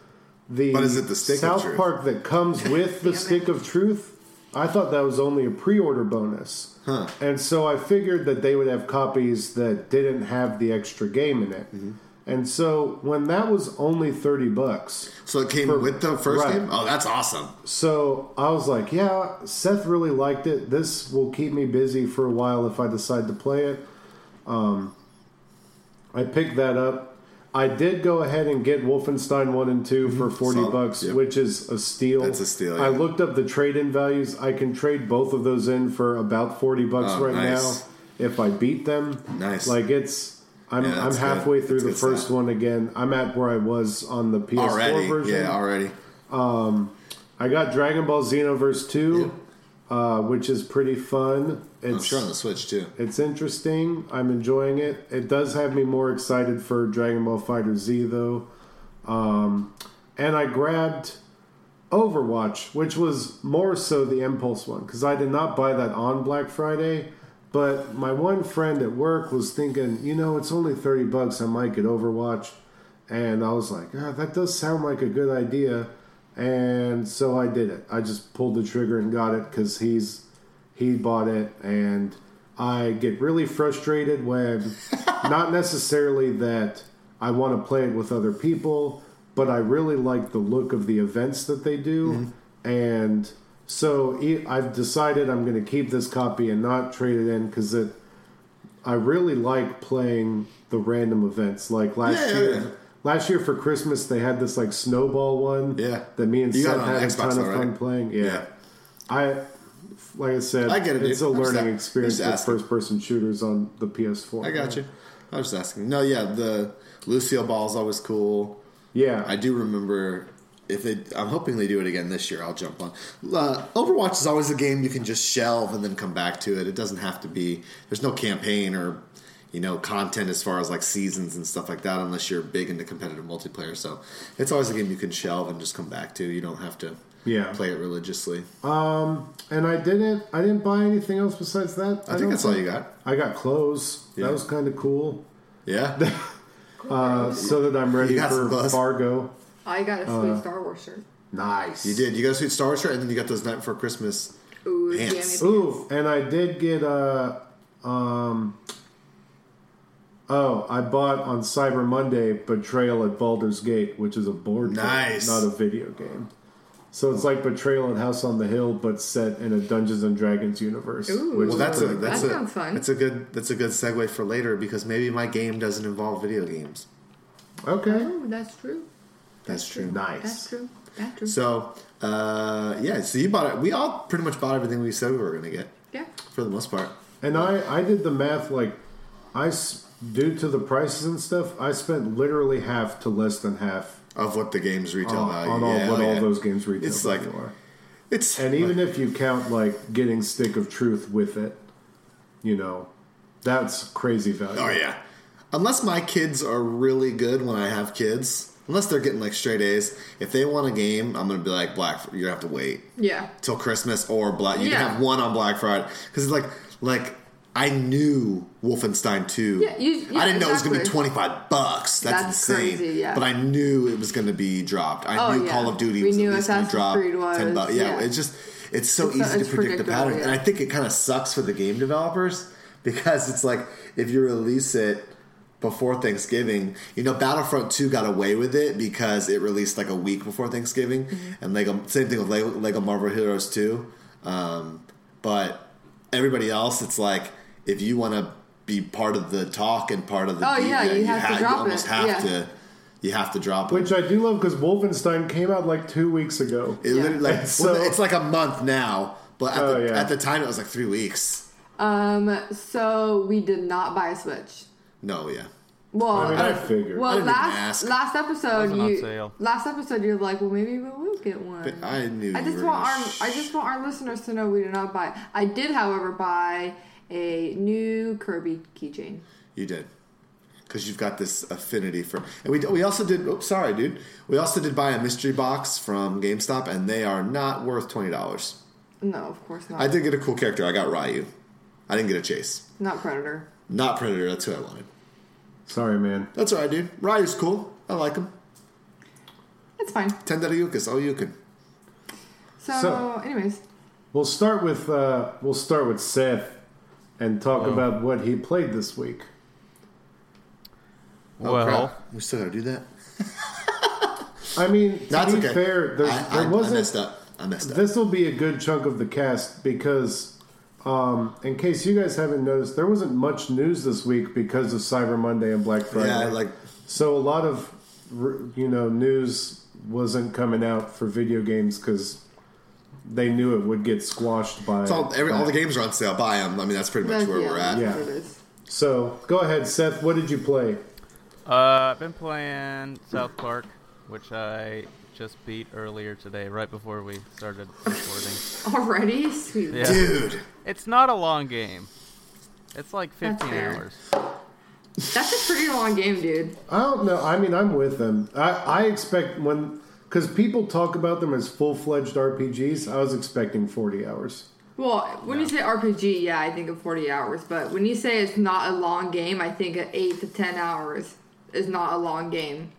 Speaker 1: the
Speaker 2: But is it the stick of
Speaker 1: South
Speaker 2: truth?
Speaker 1: Park that comes with the
Speaker 4: Damn it.
Speaker 1: stick of truth. I thought that was only a pre-order bonus, and so I figured that they would have copies that didn't have the extra game in it.
Speaker 2: Mm-hmm.
Speaker 1: And so when that was only thirty bucks,
Speaker 2: So it came
Speaker 1: For-
Speaker 2: with the first
Speaker 1: right.
Speaker 2: game. Oh, that's awesome.
Speaker 1: so I was like, yeah, Seth really liked it. This will keep me busy for a while if I decide to play it. Um, I picked that up. I did go ahead and get Wolfenstein 1 and 2 for 40
Speaker 2: Mm-hmm. Solid,
Speaker 1: bucks,
Speaker 2: yep.
Speaker 1: which is a steal.
Speaker 2: That's a steal,
Speaker 1: I
Speaker 2: yeah.
Speaker 1: looked up the trade in values. I can trade both of those in for about 40 bucks
Speaker 2: Oh,
Speaker 1: right
Speaker 2: nice.
Speaker 1: now if I beat them.
Speaker 2: Nice.
Speaker 1: Like it's. I'm,
Speaker 2: Yeah,
Speaker 1: I'm
Speaker 2: that's good.
Speaker 1: halfway through
Speaker 2: That's
Speaker 1: the
Speaker 2: good
Speaker 1: first
Speaker 2: stuff.
Speaker 1: one again. I'm at where I was on the PS4
Speaker 2: Already,
Speaker 1: version.
Speaker 2: yeah, already.
Speaker 1: I got Dragon Ball Xenoverse 2, uh, which is pretty fun.
Speaker 2: I'm
Speaker 1: It's,
Speaker 2: sure on the Switch too.
Speaker 1: it's interesting. I'm enjoying it. It does have me more excited for Dragon Ball Fighter Z, though. Um, and I grabbed Overwatch, which was more so the impulse one, because I did not buy that on Black Friday. But my one friend at work was thinking, you know, it's only 30 bucks, I might get Overwatch. And I was like, ah, that does sound like a good idea. And so I did it. I just pulled the trigger and got it because he's he bought it and I get really frustrated when not necessarily that I want to play it with other people, but I really like the look of the events that they do.
Speaker 2: Mm-hmm.
Speaker 1: And so e- I've decided I'm going to keep this copy and not trade it in because it. I really like playing the random events. Like last
Speaker 2: Yeah, yeah,
Speaker 1: year,
Speaker 2: yeah.
Speaker 1: last year for Christmas they had this like snowball one.
Speaker 2: Yeah.
Speaker 1: that me and
Speaker 2: You got
Speaker 1: Seth
Speaker 2: it on
Speaker 1: had a
Speaker 2: Xbox
Speaker 1: ton of
Speaker 2: though, right?
Speaker 1: fun playing.
Speaker 2: Yeah.
Speaker 1: yeah. I like I said,
Speaker 2: I get it,
Speaker 1: It's
Speaker 2: dude.
Speaker 1: a
Speaker 2: I'm just
Speaker 1: learning
Speaker 2: a-
Speaker 1: experience
Speaker 2: just
Speaker 1: with
Speaker 2: asking.
Speaker 1: first-person shooters on the PS4.
Speaker 2: I got you. I was just asking. No, yeah, the Lucille Ball's always cool.
Speaker 1: Yeah,
Speaker 2: I do remember if they. I'm hoping they do it again this year. I'll jump on. Uh, Overwatch is always a game you can just shelve and then come back to it. It doesn't have to be. There's no campaign or you know content as far as like seasons and stuff like that unless you're big into competitive multiplayer. So it's always a game you can shelve and just come back to. You don't have to
Speaker 1: Yeah.
Speaker 2: play it religiously.
Speaker 1: and I didn't. I didn't buy anything else besides that.
Speaker 2: I,
Speaker 1: don't
Speaker 2: think that's all you got.
Speaker 1: I got clothes.
Speaker 2: Yeah.
Speaker 1: That was kind of cool.
Speaker 2: Yeah.
Speaker 1: Uh, so that I'm ready
Speaker 2: You got
Speaker 1: for
Speaker 2: some clothes?
Speaker 1: Fargo.
Speaker 4: I got a
Speaker 2: uh,
Speaker 4: sweet Star Wars shirt.
Speaker 1: Nice.
Speaker 2: You did. You got a sweet Star Wars shirt, and then you got those Night Before Christmas.
Speaker 4: Ooh, Oh,
Speaker 2: Pants.
Speaker 4: jammy
Speaker 1: Ooh, and I did get a. Um, oh, I bought on Cyber Monday Betrayal at Baldur's Gate, which is a board
Speaker 2: Nice.
Speaker 1: game, not a video game. So it's like Betrayal at House on the Hill, but set in a Dungeons and Dragons universe.
Speaker 4: Ooh.
Speaker 1: which
Speaker 2: Well,
Speaker 1: is
Speaker 2: that's a
Speaker 1: pretty
Speaker 2: that's
Speaker 4: That
Speaker 2: a
Speaker 4: sounds fun.
Speaker 2: that's a good that's a good segue for later because maybe my game doesn't involve video games.
Speaker 1: cool. okay.
Speaker 4: Oh, that's true.
Speaker 2: That's true.
Speaker 1: Nice.
Speaker 4: That's true. That's true.
Speaker 2: So, uh, yeah. So you bought it. We all pretty much bought everything we said we were going to get
Speaker 4: yeah.
Speaker 2: for the most part.
Speaker 1: And I, I did the math like, I s- due to the prices and stuff, I spent literally half to less than half
Speaker 2: Of what the game's retail
Speaker 1: on,
Speaker 2: value.
Speaker 1: on all
Speaker 2: yeah,
Speaker 1: what
Speaker 2: oh,
Speaker 1: all
Speaker 2: yeah.
Speaker 1: those games retail
Speaker 2: It's like-
Speaker 1: value are.
Speaker 2: It's
Speaker 1: And even if you count like getting Stick of Truth with it, you know, that's crazy value.
Speaker 2: oh yeah. Unless my kids are really good when I have kids, unless they're getting like straight A's, if they want a game, I'm going to be like Black. You're going to have to wait.
Speaker 4: Yeah.
Speaker 2: till Christmas or Black. You
Speaker 4: Yeah.
Speaker 2: can have one on Black Friday because it's like like I knew Wolfenstein Two.
Speaker 4: Yeah, you- yeah,
Speaker 2: I didn't know it was going to be twenty
Speaker 4: exactly.
Speaker 2: five bucks. That's,
Speaker 4: That's
Speaker 2: insane.
Speaker 4: crazy, yeah.
Speaker 2: But I knew it was going to be dropped. I
Speaker 4: Oh,
Speaker 2: knew
Speaker 4: yeah.
Speaker 2: Call of Duty
Speaker 4: We
Speaker 2: was
Speaker 4: knew
Speaker 2: at least going to
Speaker 4: Assassin's
Speaker 2: drop
Speaker 4: Creed was,
Speaker 2: ten bucks. Yeah,
Speaker 4: yeah.
Speaker 2: it's just it's so
Speaker 4: It's-
Speaker 2: easy
Speaker 4: it's
Speaker 2: to predict the
Speaker 4: predictable,
Speaker 2: pattern,
Speaker 4: yeah.
Speaker 2: and I think it kind of sucks for the game developers because it's like if you release it. Before Thanksgiving, you know, Battlefront 2 got away with it because it released like a week before Thanksgiving,
Speaker 4: Mm-hmm.
Speaker 2: and Lego, same thing with Lego, Lego Marvel Heroes 2. Um, but everybody else, it's like if you want to be part of the talk and part of the
Speaker 4: Oh, yeah, you have to drop
Speaker 2: almost
Speaker 4: it,
Speaker 2: have
Speaker 4: yeah.
Speaker 2: to you have to drop it.
Speaker 1: Which I do love because Wolfenstein came out like two weeks ago.
Speaker 2: It literally, like,
Speaker 1: And
Speaker 2: well,
Speaker 1: so-
Speaker 2: it's like a month now, but at,
Speaker 1: Oh,
Speaker 2: the,
Speaker 1: yeah.
Speaker 2: at the time it was like three weeks.
Speaker 4: Um. So we did not buy a Switch.
Speaker 2: No, yeah,
Speaker 4: Well, uh,
Speaker 1: I mean, I figured.
Speaker 4: Well,
Speaker 2: didn't even
Speaker 4: last
Speaker 2: ask.
Speaker 4: last episode
Speaker 3: Wasn't on
Speaker 4: you
Speaker 3: sale.
Speaker 4: last episode you're like, well, maybe we will get one.
Speaker 2: But I knew
Speaker 4: I
Speaker 2: you
Speaker 4: just
Speaker 2: were
Speaker 4: want our
Speaker 2: gonna
Speaker 4: I just want our listeners to know we did not buy. I did, however, buy a new Kirby keychain.
Speaker 2: you did because you've got this affinity for. And we we also did. Oops, sorry, dude. We also did buy a mystery box from GameStop, and they are not worth twenty dollars.
Speaker 4: No, of course not.
Speaker 2: I did get a cool character. I got Ryu. I didn't get a chase.
Speaker 4: not Predator.
Speaker 2: Not Predator. That's who I wanted.
Speaker 1: Sorry, man.
Speaker 2: That's all right, dude. Ryu's cool. I like him.
Speaker 4: It's fine.
Speaker 2: Tendera Yukas. Oh, Yukin.
Speaker 4: So,
Speaker 1: So-
Speaker 4: anyways,
Speaker 1: We'll start with uh, we'll start with Seth and talk about what he played this week.
Speaker 2: Oh,
Speaker 3: well,
Speaker 2: crap. we still gotta do that.
Speaker 1: I mean, to
Speaker 2: That's
Speaker 1: be
Speaker 2: okay.
Speaker 1: fair, there's,
Speaker 2: I, I,
Speaker 1: there
Speaker 2: I
Speaker 1: wasn't
Speaker 2: messed up. I messed up.
Speaker 1: This will be a good chunk of the cast because, um, in case you guys haven't noticed, there wasn't much news this week because of Cyber Monday and Black Friday.
Speaker 2: Yeah, like
Speaker 1: so a lot of r- you know news wasn't coming out for video games because they knew it would get squashed by.
Speaker 2: it's all, every, all the games are on sale. Buy them. I mean, that's pretty much
Speaker 4: that's-
Speaker 2: where
Speaker 4: yeah,
Speaker 2: we're at.
Speaker 1: Yeah.
Speaker 4: that's what it is.
Speaker 1: so go ahead, Seth. What did you play?
Speaker 3: uh, I've been playing South Park, which I just beat earlier today, right before we started recording.
Speaker 4: Already, sweet.
Speaker 3: Yeah.
Speaker 2: Dude,
Speaker 3: It's not a long game. It's like 15
Speaker 4: fair.
Speaker 3: hours.
Speaker 4: That's a pretty long game, dude.
Speaker 1: I don't know. I mean, I'm with them. I, I expect when because people talk about them as full fledged RPGs. I was expecting forty hours.
Speaker 4: Well, when you say RPG, yeah, I think of 40 hours. But when you say it's not a long game, I think at 8 to 10 hours is not a long game.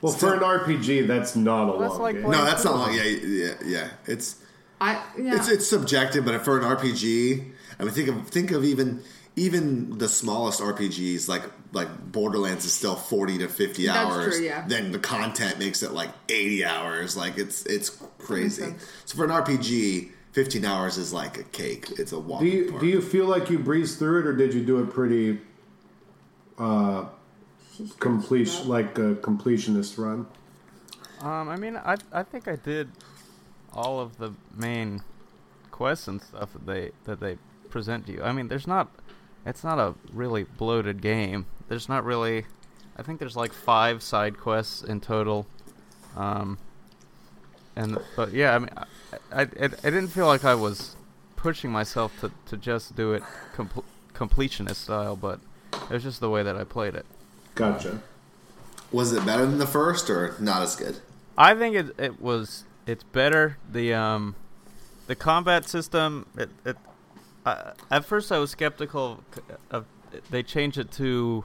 Speaker 1: Well, for an RPG, that's not a
Speaker 3: That's
Speaker 1: long
Speaker 3: like
Speaker 1: game.
Speaker 3: what-
Speaker 2: No, that's not long. Yeah, yeah, yeah. It's
Speaker 4: I yeah.
Speaker 2: it's it's subjective, but for an RPG, I mean, think of think of even even the smallest RPGs like like Borderlands is still forty to fifty
Speaker 4: That's
Speaker 2: hours.
Speaker 4: true, yeah.
Speaker 2: Then the content makes it like eighty hours. Like it's it's crazy.
Speaker 4: sense.
Speaker 2: So for an RPG, fifteen hours is like a cake. It's a walk.
Speaker 1: Do you do you feel like you breezed through it, or did you do it pretty uh, completion like a completionist run?
Speaker 3: Um, I mean, I I think I did all of the main quests and stuff that they that they present to you. I mean, there's not it's not a really bloated game. There's not really I think there's like 5 side quests in total. Um and but yeah, I mean I I, I didn't feel like I was pushing myself to, to just do it compl- completionist style, but it was just the way that I played it.
Speaker 1: Gotcha.
Speaker 2: Was it better than the first or not as good?
Speaker 3: I think it it was it's better the um the combat system it, it I, at first I was skeptical of they changed it to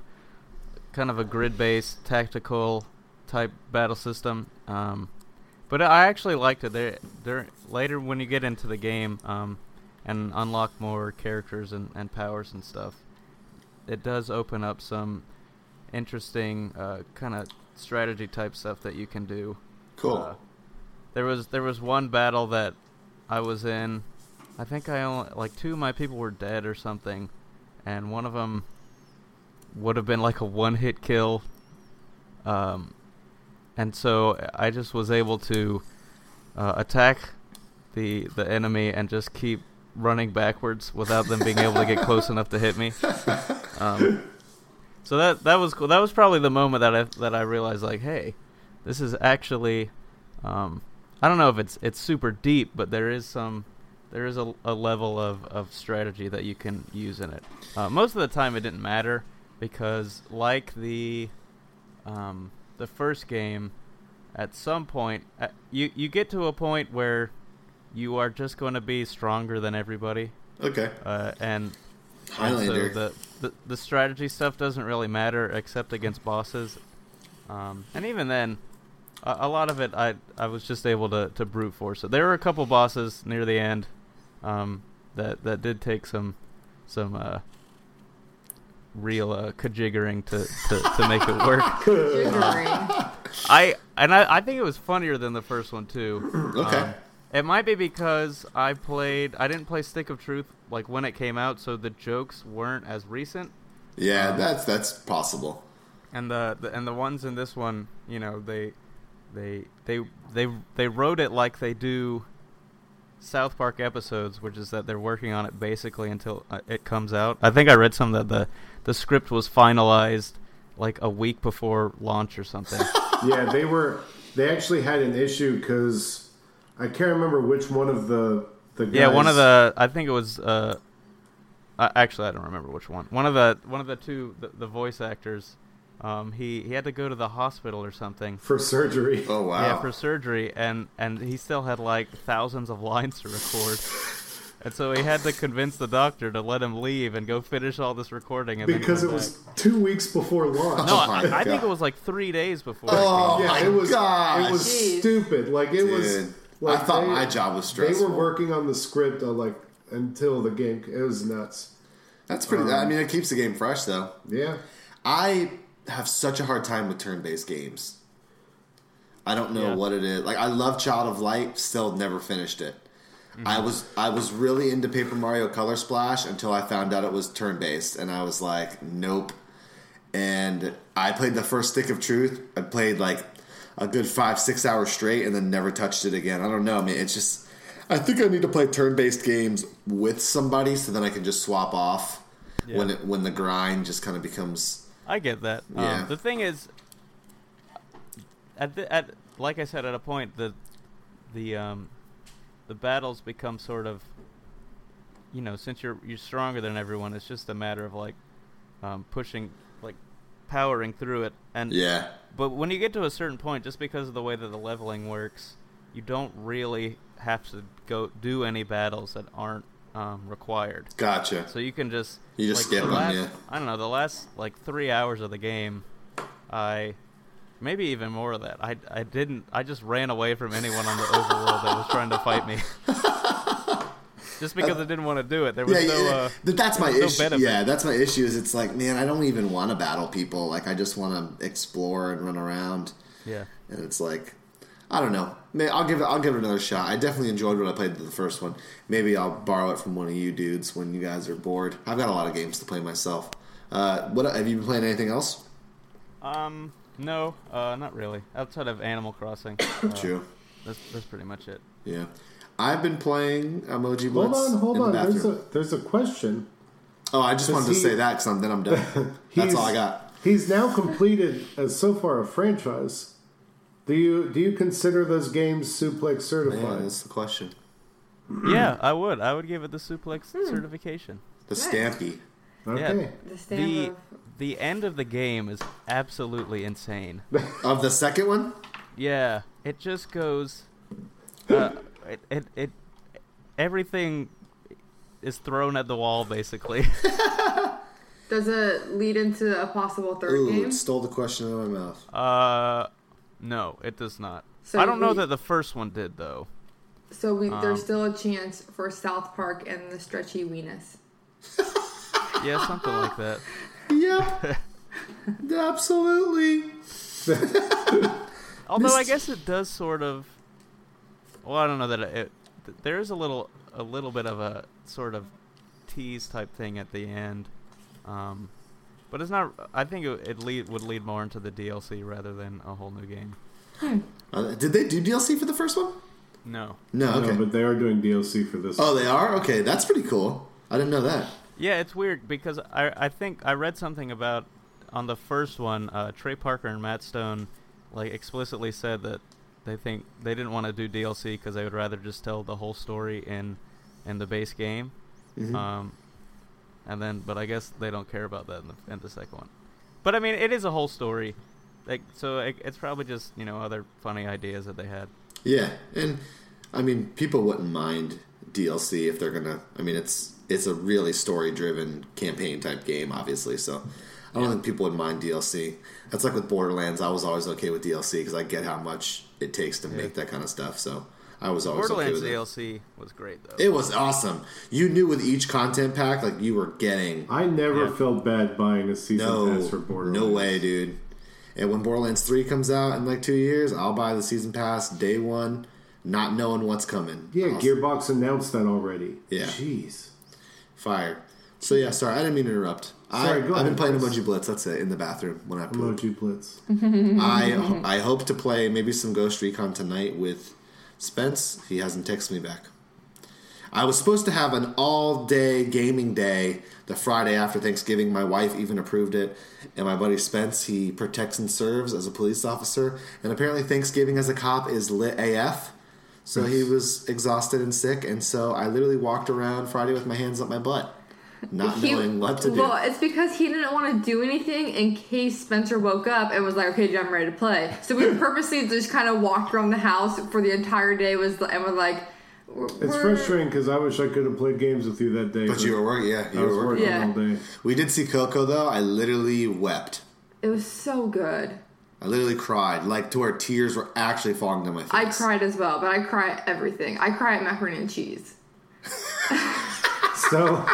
Speaker 3: kind of a grid based tactical type battle system um but I actually liked it there there later when you get into the game um and unlock more characters and, and powers and stuff it does open up some interesting uh, kind of strategy type stuff that you can do
Speaker 2: Cool.
Speaker 3: uh, there was there was one battle that I was in. I think I only like two of my people were dead or something, and one of them would have been like a one hit kill. Um, and so I just was able to uh, attack the the enemy and just keep running backwards without them being able to get close enough to hit me. Um, so that that was cool. That was probably the moment that I that I realized like, hey, this is actually um, I don't know if it's it's super deep, but there is some there is a, a level of, of strategy that you can use in it. Uh, most of the time, it didn't matter because like the um, the first game, at some point uh, you you get to a point where you are just going to be stronger than everybody,
Speaker 2: okay.
Speaker 3: uh, and and
Speaker 2: Highlander.
Speaker 3: So the, the the strategy stuff doesn't really matter except against bosses, um, and even then, a, a lot of it I I was just able to, to brute force it. There were a couple bosses near the end um, that that did take some some uh, real uh, kajiggering to, to, to make it work.
Speaker 4: Jiggering.
Speaker 3: I and I, I think it was funnier than the first one too.
Speaker 2: okay.
Speaker 3: Um, it might be because I played. I didn't play Stick of Truth like when it came out, so the jokes weren't as recent.
Speaker 2: yeah,
Speaker 1: Um,
Speaker 2: that's that's possible.
Speaker 3: And the, the and the ones in this one, you know, they they they they they wrote it like they do South Park episodes, which is that they're working on it basically until uh, it comes out. I think I read some that the the script was finalized like a week before launch or something.
Speaker 1: yeah, they were. They actually had an issue because I can't remember which one of the the guys,
Speaker 3: Yeah, one of the I think it was uh, I actually I don't remember which one. One of the one of the two the, the voice actors, um, he he had to go to the hospital or something.
Speaker 1: for surgery.
Speaker 2: Oh wow.
Speaker 3: Yeah, for surgery, and and he still had like thousands of lines to record. And so he had to convince the doctor to let him leave and go finish all this recording. And then
Speaker 1: Because
Speaker 3: come
Speaker 1: it was
Speaker 3: back.
Speaker 1: two weeks before launch.
Speaker 3: no,
Speaker 2: Oh my
Speaker 3: I, I think
Speaker 2: God.
Speaker 3: it was like three days before.
Speaker 2: Oh
Speaker 1: yeah,
Speaker 2: my
Speaker 1: it was
Speaker 2: gosh.
Speaker 1: it was
Speaker 4: Jeez.
Speaker 1: stupid. Like it was.
Speaker 2: Dude,
Speaker 1: Like
Speaker 2: I thought
Speaker 1: they-
Speaker 2: my job was
Speaker 1: They
Speaker 2: stressful.
Speaker 1: were working on the script uh, like until the game. It was nuts.
Speaker 2: That's pretty.
Speaker 1: um,
Speaker 2: I mean, it keeps the game fresh, though.
Speaker 1: Yeah.
Speaker 2: I have such a hard time with turn-based games. I don't know
Speaker 3: Yeah.
Speaker 2: what it is. Like, I love Child of Light. Still, never finished it.
Speaker 3: Mm-hmm.
Speaker 2: I was I was really into Paper Mario Color Splash until I found out it was turn-based, and I was like, nope. And I played the first Stick of Truth. I played like a good five six hours straight, and then never touched it again. I don't know. I mean, it's just. I think I need to play turn-based games with somebody, so then I can just swap off
Speaker 3: Yeah.
Speaker 2: when it, when the grind just kind of becomes
Speaker 3: I get that. Um,
Speaker 2: Yeah.
Speaker 3: the thing is, at the, at like I said at a point, the the um the battles become sort of you know since you're you're stronger than everyone, it's just a matter of like um, pushing like powering through it. And
Speaker 2: Yeah.
Speaker 3: but when you get to a certain point, just because of the way that the leveling works, you don't really have to go do any battles that aren't um, required.
Speaker 2: Gotcha.
Speaker 3: So you can just
Speaker 2: You just skip
Speaker 3: the
Speaker 2: 'em,
Speaker 3: last-
Speaker 2: yeah.
Speaker 3: I don't know. The last like three hours of the game, I maybe even more of that. I I didn't. I just ran away from anyone on the overworld that was trying to fight me. just because I didn't want to do it. There was
Speaker 2: Yeah, yeah,
Speaker 3: no.
Speaker 2: yeah.
Speaker 3: Uh,
Speaker 2: Th- that's my
Speaker 3: no
Speaker 2: issue.
Speaker 3: benefit.
Speaker 2: yeah, that's my issue. Is it's like, man, I don't even want to battle people. Like, I just want to explore and run around.
Speaker 3: yeah.
Speaker 2: and it's like I don't know. May I'll give it. I'll give it another shot. I definitely enjoyed what I played the first one. Maybe I'll borrow it from one of you dudes when you guys are bored. I've got a lot of games to play myself. Uh, what have you been playing? Anything else?
Speaker 3: Um. No. Uh. Not really. Outside of Animal Crossing, uh,
Speaker 2: True.
Speaker 3: that's that's pretty much it.
Speaker 2: Yeah, I've been playing Emoji
Speaker 1: Hold
Speaker 2: Blitz.
Speaker 1: on, hold
Speaker 2: in
Speaker 1: on.
Speaker 2: The
Speaker 1: There's a
Speaker 2: bathroom.
Speaker 1: there's a question.
Speaker 2: oh, I just wanted to
Speaker 1: he-
Speaker 2: say that because then I'm done. That's
Speaker 1: He's-
Speaker 2: all I got.
Speaker 1: He's now completed as so far a franchise. Do you do you consider those games suplex
Speaker 2: Yeah,
Speaker 1: certified?
Speaker 2: that's the question.
Speaker 3: yeah, I would. I would give it the suplex
Speaker 4: Hmm.
Speaker 3: certification.
Speaker 2: The
Speaker 4: Nice.
Speaker 2: Stampy.
Speaker 1: okay.
Speaker 3: Yeah.
Speaker 4: The stand
Speaker 3: The
Speaker 4: of-
Speaker 3: the end of the game is absolutely insane.
Speaker 2: of the second one.
Speaker 3: Yeah, it just goes. Uh, it, it it everything is thrown at the wall basically.
Speaker 4: Does it lead into a possible third
Speaker 2: Ooh,
Speaker 4: game?
Speaker 2: it stole the question out of my mouth.
Speaker 3: uh, no, it does not.
Speaker 4: So
Speaker 3: I don't know
Speaker 4: we-
Speaker 3: that the first one did though.
Speaker 4: So we,
Speaker 3: Um,
Speaker 4: there's still a chance for South Park and the stretchy weenus.
Speaker 3: Yeah, something like that.
Speaker 2: Yep. Absolutely.
Speaker 3: Although I
Speaker 2: Mr.
Speaker 3: guess it does sort of. Well, I don't know that it. it th- there is a little, a little bit of a sort of tease type thing at the end, um, but it's not. I think it, it lead, would lead more into the DLC rather than a whole new game.
Speaker 2: Uh, did they do DLC for the first one?
Speaker 3: No.
Speaker 2: No, okay.
Speaker 1: No, but they are doing DLC for this.
Speaker 2: oh, they are? Okay, that's pretty cool. I didn't know that.
Speaker 3: Yeah, it's weird because I I think I read something about on the first one, uh, Trey Parker and Matt Stone, like explicitly said that they think they didn't want to do DLC because they would rather just tell the whole story in in the base game. Um, and then, but I guess they don't care about that in the, in the second one. But I mean, it is a whole story, like so. It, it's probably just you know other funny ideas that they had.
Speaker 2: Yeah, and I mean, people wouldn't mind DLC if they're gonna. I mean, it's it's a really story driven campaign type game, obviously. So I don't think people would mind DLC. That's like with Borderlands. I was always okay with DLC because I get how much it takes to make that kind of stuff. So I was always okay
Speaker 3: Borderlands
Speaker 2: with it.
Speaker 3: DLC was great though.
Speaker 2: It was awesome. You knew with each content pack, like you were getting
Speaker 1: I never
Speaker 3: Yeah.
Speaker 1: felt bad buying a season
Speaker 2: No,
Speaker 1: pass for Borderlands.
Speaker 2: no way, dude. And when Borderlands three comes out in like two years, I'll buy the season pass day one, not knowing what's coming.
Speaker 1: Yeah,
Speaker 2: Awesome.
Speaker 1: Gearbox announced that already.
Speaker 2: Yeah.
Speaker 1: Jeez.
Speaker 2: fire. So yeah, sorry, I didn't mean to interrupt. I,
Speaker 1: Sorry, go
Speaker 2: I've been
Speaker 1: ahead,
Speaker 2: playing
Speaker 1: Chris.
Speaker 2: Emoji Blitz. That's it in the bathroom when I poop.
Speaker 1: Emoji Blitz.
Speaker 2: I I hope to play maybe some Ghost Recon tonight with Spence. He hasn't texted me back. I was supposed to have an all day gaming day the Friday after Thanksgiving. My wife even approved it. And my buddy Spence, he protects and serves as a police officer. And apparently, Thanksgiving as a cop is lit AF. So he was exhausted and sick. And so I literally walked around Friday with my hands up my butt, not
Speaker 4: He-
Speaker 2: knowing what to do.
Speaker 4: Well, it's because he didn't want to do anything in case Spencer woke up and was like, "Okay, dude, I'm ready to play." So we purposely just kind of walked around the house for the entire day. Was and we're like, we're,
Speaker 1: It's frustrating because I wish I could have played games with you that day.
Speaker 2: But you were working, yeah. You
Speaker 1: I was
Speaker 2: were working.
Speaker 1: working
Speaker 4: Yeah.
Speaker 1: all day.
Speaker 2: We did see Coco, though. I literally wept.
Speaker 4: It was so good.
Speaker 2: I literally cried, like to where tears were actually falling down my face.
Speaker 4: I cried as well, but I cry at everything. I cry at macaroni and cheese.
Speaker 1: So.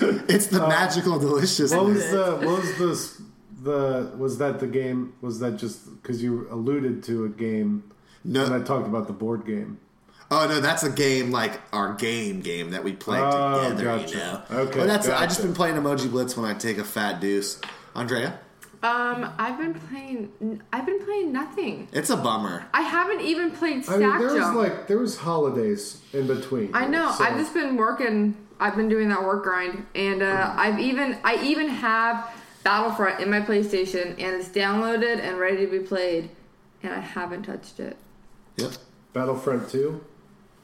Speaker 2: It's the magical deliciousness.
Speaker 1: What was the what was this the was that the game was that just because you alluded to a game and I
Speaker 2: no,
Speaker 1: talked about the board game
Speaker 2: oh no, that's a game like our game game that we play
Speaker 1: Oh,
Speaker 2: together.
Speaker 1: gotcha.
Speaker 2: You know.
Speaker 1: Okay,
Speaker 2: But that's I
Speaker 1: gotcha.
Speaker 2: just been playing Emoji Blitz when I take a fat deuce. Andrea,
Speaker 4: Um, I've been playing. I've been playing nothing.
Speaker 2: it's a bummer.
Speaker 4: I haven't even played
Speaker 1: I
Speaker 4: Stack
Speaker 1: mean there was
Speaker 4: Jump.
Speaker 1: like there was holidays in between
Speaker 4: I know.
Speaker 1: so-
Speaker 4: I've just been working. I've been doing that work grind, and uh,
Speaker 1: Mm-hmm.
Speaker 4: I've even I even have Battlefront in my PlayStation, and it's downloaded and ready to be played, and I haven't touched it.
Speaker 2: Yep.
Speaker 1: Battlefront Two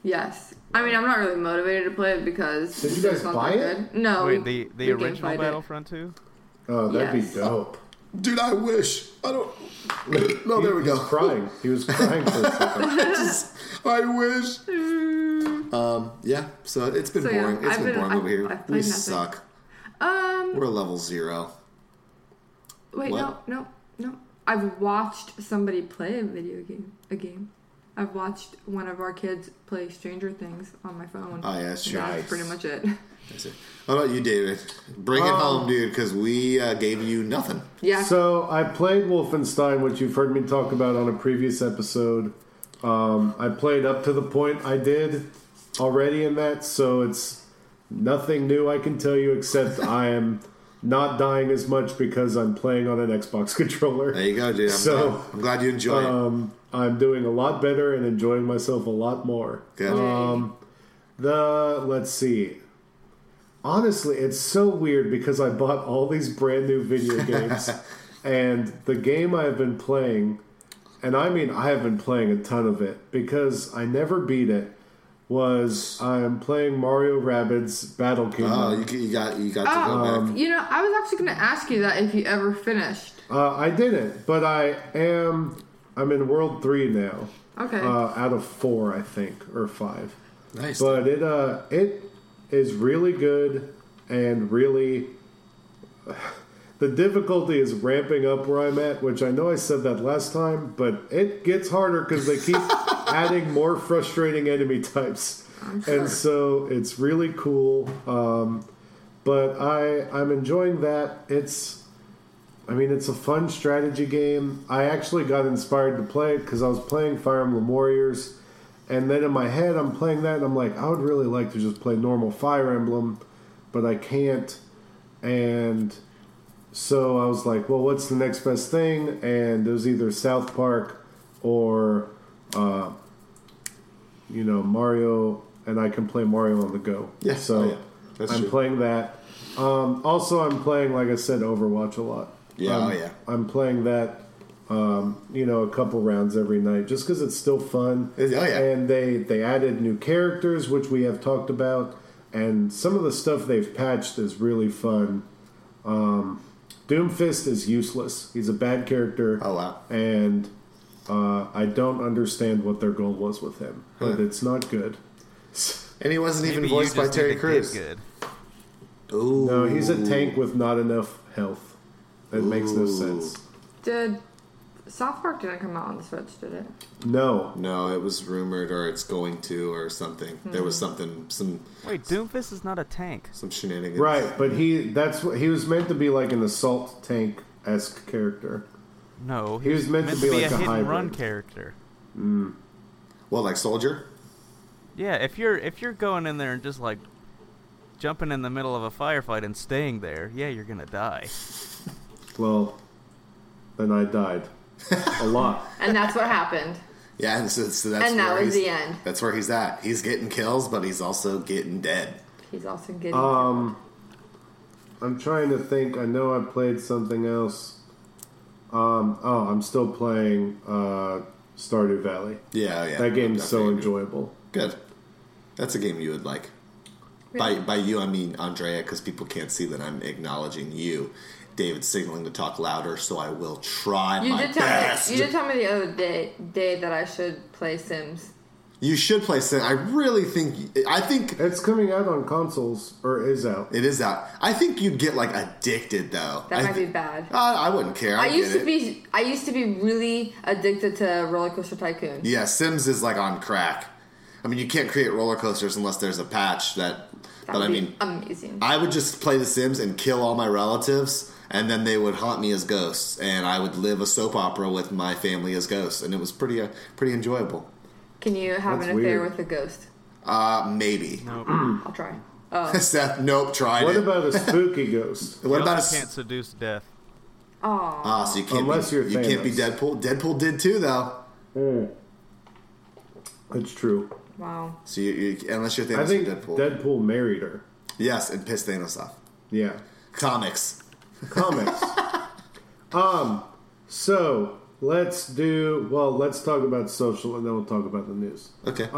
Speaker 4: Yes, I mean I'm not really motivated to play it because
Speaker 1: Did you
Speaker 4: it's
Speaker 1: guys
Speaker 4: not
Speaker 1: buy
Speaker 4: that
Speaker 1: it?
Speaker 4: Good. No.
Speaker 3: Wait, the
Speaker 4: we
Speaker 3: the original
Speaker 4: gamified it.
Speaker 3: Battlefront two.
Speaker 1: oh that'd
Speaker 4: Yes.
Speaker 1: be dope
Speaker 2: Dude, I wish. I don't. No, there we
Speaker 1: He
Speaker 2: go.
Speaker 1: was crying. He was crying for a second.
Speaker 2: I wish.
Speaker 4: Mm,
Speaker 2: Um, yeah, so it's been
Speaker 4: So, yeah,
Speaker 2: boring. It's
Speaker 4: I've
Speaker 2: been,
Speaker 4: been-
Speaker 2: boring
Speaker 4: I've-
Speaker 2: over here.
Speaker 4: I've
Speaker 2: we
Speaker 4: played nothing.
Speaker 2: suck.
Speaker 4: Um.
Speaker 2: We're level zero.
Speaker 4: Wait.
Speaker 2: What?
Speaker 4: No. No. No. I've watched somebody play a video game. A game. I've watched one of our kids play Stranger Things on my phone.
Speaker 2: Oh, yeah, that's true.
Speaker 4: That's pretty much it.
Speaker 2: That's it. How about you, David? Bring it
Speaker 1: Um,
Speaker 2: home, dude, because we uh, gave you nothing.
Speaker 4: Yeah.
Speaker 1: So I played Wolfenstein, which you've heard me talk about on a previous episode. Um, I played up to the point I did already in that, so it's nothing new I can tell you except I am not dying as much because I'm playing on an Xbox controller.
Speaker 2: There you go, dude. I'm,
Speaker 1: So,
Speaker 2: glad, I'm glad you enjoy it.
Speaker 1: Um, I'm doing a lot better and enjoying myself a lot more.
Speaker 2: Good.
Speaker 1: Um, the let's see. Honestly, it's so weird because I bought all these brand new video games, and the game I have been playing, and I mean I have been playing a ton of it because I never beat it. Was I'm playing Mario Rabbids Battle Kingdom?
Speaker 2: oh, you, you got you got to go
Speaker 3: Um,
Speaker 2: back.
Speaker 4: Oh, you know, I was actually going to ask you that if you ever finished.
Speaker 1: Uh, I didn't, but I am. I'm in World Three now,
Speaker 4: Okay.
Speaker 1: uh, out of four, I think, or five.
Speaker 2: Nice.
Speaker 1: but it uh it is really good and really the difficulty is ramping up where I'm at, which I know I said that last time, but it gets harder because they keep adding more frustrating enemy types, and so it's really cool. Um, but I I'm enjoying that. It's I mean it's a fun strategy game. I actually got inspired to play it because I was playing Fire Emblem Warriors, and then in my head I'm playing that and I'm like I would really like to just play normal Fire Emblem, but I can't, and so I was like, well, what's the next best thing? And it was either South Park or, uh, you know, Mario, and I can play Mario on the go.
Speaker 2: Yeah.
Speaker 1: So
Speaker 2: Oh, yeah. That's
Speaker 1: I'm
Speaker 2: true.
Speaker 1: playing that. Um, also, I'm playing, like I said, Overwatch a lot.
Speaker 2: Yeah,
Speaker 1: Um,
Speaker 2: oh, yeah.
Speaker 1: I'm playing that, um, you know, a couple rounds every night just because it's still fun.
Speaker 2: It's- oh, yeah.
Speaker 1: And they, they added new characters, which we have talked about. And some of the stuff they've patched is really fun. Um, Doomfist is useless. He's a bad character.
Speaker 2: Oh, wow.
Speaker 1: And uh, I don't understand what their goal was with him, but
Speaker 2: Huh.
Speaker 1: it's not good.
Speaker 2: and he wasn't
Speaker 3: Maybe
Speaker 2: even
Speaker 3: you
Speaker 2: voiced by
Speaker 3: just
Speaker 2: Terry
Speaker 3: need to give
Speaker 2: Crews.
Speaker 3: Good.
Speaker 2: Ooh.
Speaker 1: No, he's a tank with not enough health. That makes no
Speaker 2: Ooh.
Speaker 1: sense.
Speaker 4: did South Park didn't come out on the Switch, did it?
Speaker 1: No,
Speaker 2: No, it was rumored, or it's going to, or something. There was something, some
Speaker 3: Wait, Doomfist is not a tank.
Speaker 2: some shenanigans.
Speaker 1: right? But he—that's what he was meant to be like an assault tank esque character.
Speaker 3: No,
Speaker 1: He was meant to be like
Speaker 3: a,
Speaker 1: a
Speaker 3: hit and run
Speaker 1: hybrid.
Speaker 3: character.
Speaker 2: Well, like soldier.
Speaker 3: Yeah, if you're if you're going in there and just like jumping in the middle of a firefight and staying there, yeah, you're gonna die.
Speaker 1: Well, then I died a lot.
Speaker 4: And that's what happened.
Speaker 2: Yeah, and so, so that's
Speaker 4: And that
Speaker 2: where
Speaker 4: was
Speaker 2: he's-
Speaker 4: the end.
Speaker 2: That's where he's at. He's getting kills, but he's also getting dead.
Speaker 4: He's also getting.
Speaker 2: Oh,
Speaker 1: Um, I'm trying to think. I know I played something else. Um, oh, I'm still playing uh, Stardew Valley.
Speaker 2: Yeah, yeah.
Speaker 1: That game's so
Speaker 2: Definitely.
Speaker 1: enjoyable.
Speaker 2: Good. That's a game you would like. By by you, I mean Andrea, because people can't see that I'm acknowledging you. David's signaling to talk louder, so I will try
Speaker 4: you
Speaker 2: my
Speaker 4: did tell
Speaker 2: best.
Speaker 4: me. You did tell me the other day day that I should play Sims.
Speaker 2: You should play Sin. I really think. I think
Speaker 1: It's coming out on consoles, or is out.
Speaker 2: it is out. I think you'd get like addicted though.
Speaker 4: That
Speaker 2: I
Speaker 4: might be
Speaker 2: thi-
Speaker 4: bad.
Speaker 2: I, I wouldn't care. I,
Speaker 4: I used
Speaker 2: get
Speaker 4: to
Speaker 2: it.
Speaker 4: be. I used to be really addicted to Roller Coaster Tycoon.
Speaker 2: Yeah, Sims is like on crack. I mean, you can't create roller coasters unless there's a patch that.
Speaker 4: That
Speaker 2: but
Speaker 4: would
Speaker 2: I
Speaker 4: be
Speaker 2: mean,
Speaker 4: amazing.
Speaker 2: I would just play The Sims and kill all my relatives, and then they would haunt me as ghosts, and I would live a soap opera with my family as ghosts, and it was pretty uh, pretty enjoyable.
Speaker 4: Can you have
Speaker 1: That's
Speaker 4: an affair
Speaker 1: weird.
Speaker 4: with a ghost?
Speaker 2: Uh, maybe.
Speaker 4: I'll try. Oh,
Speaker 2: Seth, nope, tried
Speaker 1: What
Speaker 2: it.
Speaker 1: about a spooky ghost?
Speaker 2: what
Speaker 3: you
Speaker 2: about a?
Speaker 3: also
Speaker 2: s-
Speaker 3: can't seduce death?
Speaker 4: Aw.
Speaker 2: Ah, so you can't
Speaker 1: Unless
Speaker 2: be,
Speaker 1: you're
Speaker 2: you can't be
Speaker 1: Thanos.
Speaker 2: Deadpool. Deadpool did too, though.
Speaker 1: Mm. It's true.
Speaker 4: wow.
Speaker 2: So you, you unless you're Thanos,
Speaker 1: I think
Speaker 2: or Deadpool.
Speaker 1: Deadpool. married her.
Speaker 2: yes, and piss Thanos off.
Speaker 1: Yeah.
Speaker 2: Comics.
Speaker 1: Comics. um. So let's do. Well, let's talk about social, and then we'll talk about the news.
Speaker 2: Okay. Um.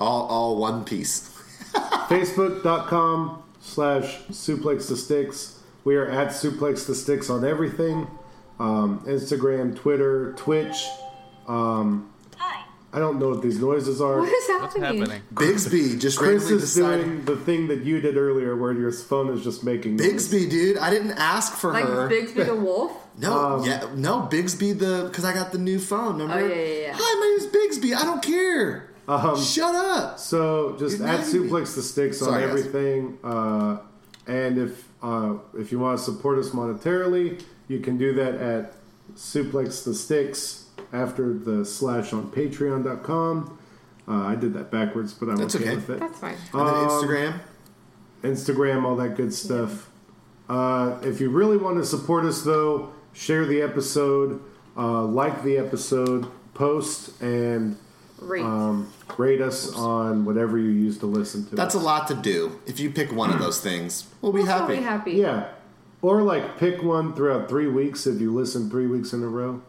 Speaker 2: All all one piece.
Speaker 1: facebook.com slash suplex to sticks we are at suplex to sticks on everything um, Instagram, Twitter, Twitch. Um, I don't know what these noises are.
Speaker 4: What is
Speaker 3: What's
Speaker 4: happening?
Speaker 3: happening?
Speaker 2: Bigsby just
Speaker 1: Chris
Speaker 2: randomly
Speaker 1: is
Speaker 2: decided.
Speaker 1: doing the thing that you did earlier, where your phone is just making noise.
Speaker 2: Bigsby, dude, I didn't ask for
Speaker 4: Like
Speaker 2: her.
Speaker 4: Bigsby the wolf?
Speaker 2: no,
Speaker 1: Um,
Speaker 2: yeah, no, Bigsby the because I got the new phone. Remember?
Speaker 4: Oh, yeah, yeah, yeah.
Speaker 2: Hi, my name's Bigsby. I don't care.
Speaker 1: Um,
Speaker 2: Shut up.
Speaker 1: So just
Speaker 2: You're
Speaker 1: at
Speaker 2: mad at me.
Speaker 1: suplex the sticks
Speaker 2: Sorry,
Speaker 1: on
Speaker 2: guys.
Speaker 1: everything, uh, and if uh, if you want to support us monetarily, you can do that at suplex the sticks after the slash on Patreon.com. Uh, I did that backwards, but I'm
Speaker 2: That's
Speaker 1: okay,
Speaker 2: okay.
Speaker 1: with it.
Speaker 4: That's fine.
Speaker 2: And
Speaker 1: um,
Speaker 2: then Instagram.
Speaker 1: Instagram, all that good stuff. Uh, if you really want to support us, though, share the episode, uh, like the episode, post, and
Speaker 4: Great.
Speaker 1: um, rate us on whatever you use to listen to.
Speaker 2: That's a
Speaker 1: us.
Speaker 2: lot to do. If you pick one of those things, we'll be
Speaker 4: I'll
Speaker 2: happy.
Speaker 4: be happy.
Speaker 1: yeah, or like pick one throughout three weeks if you listen three weeks in a row.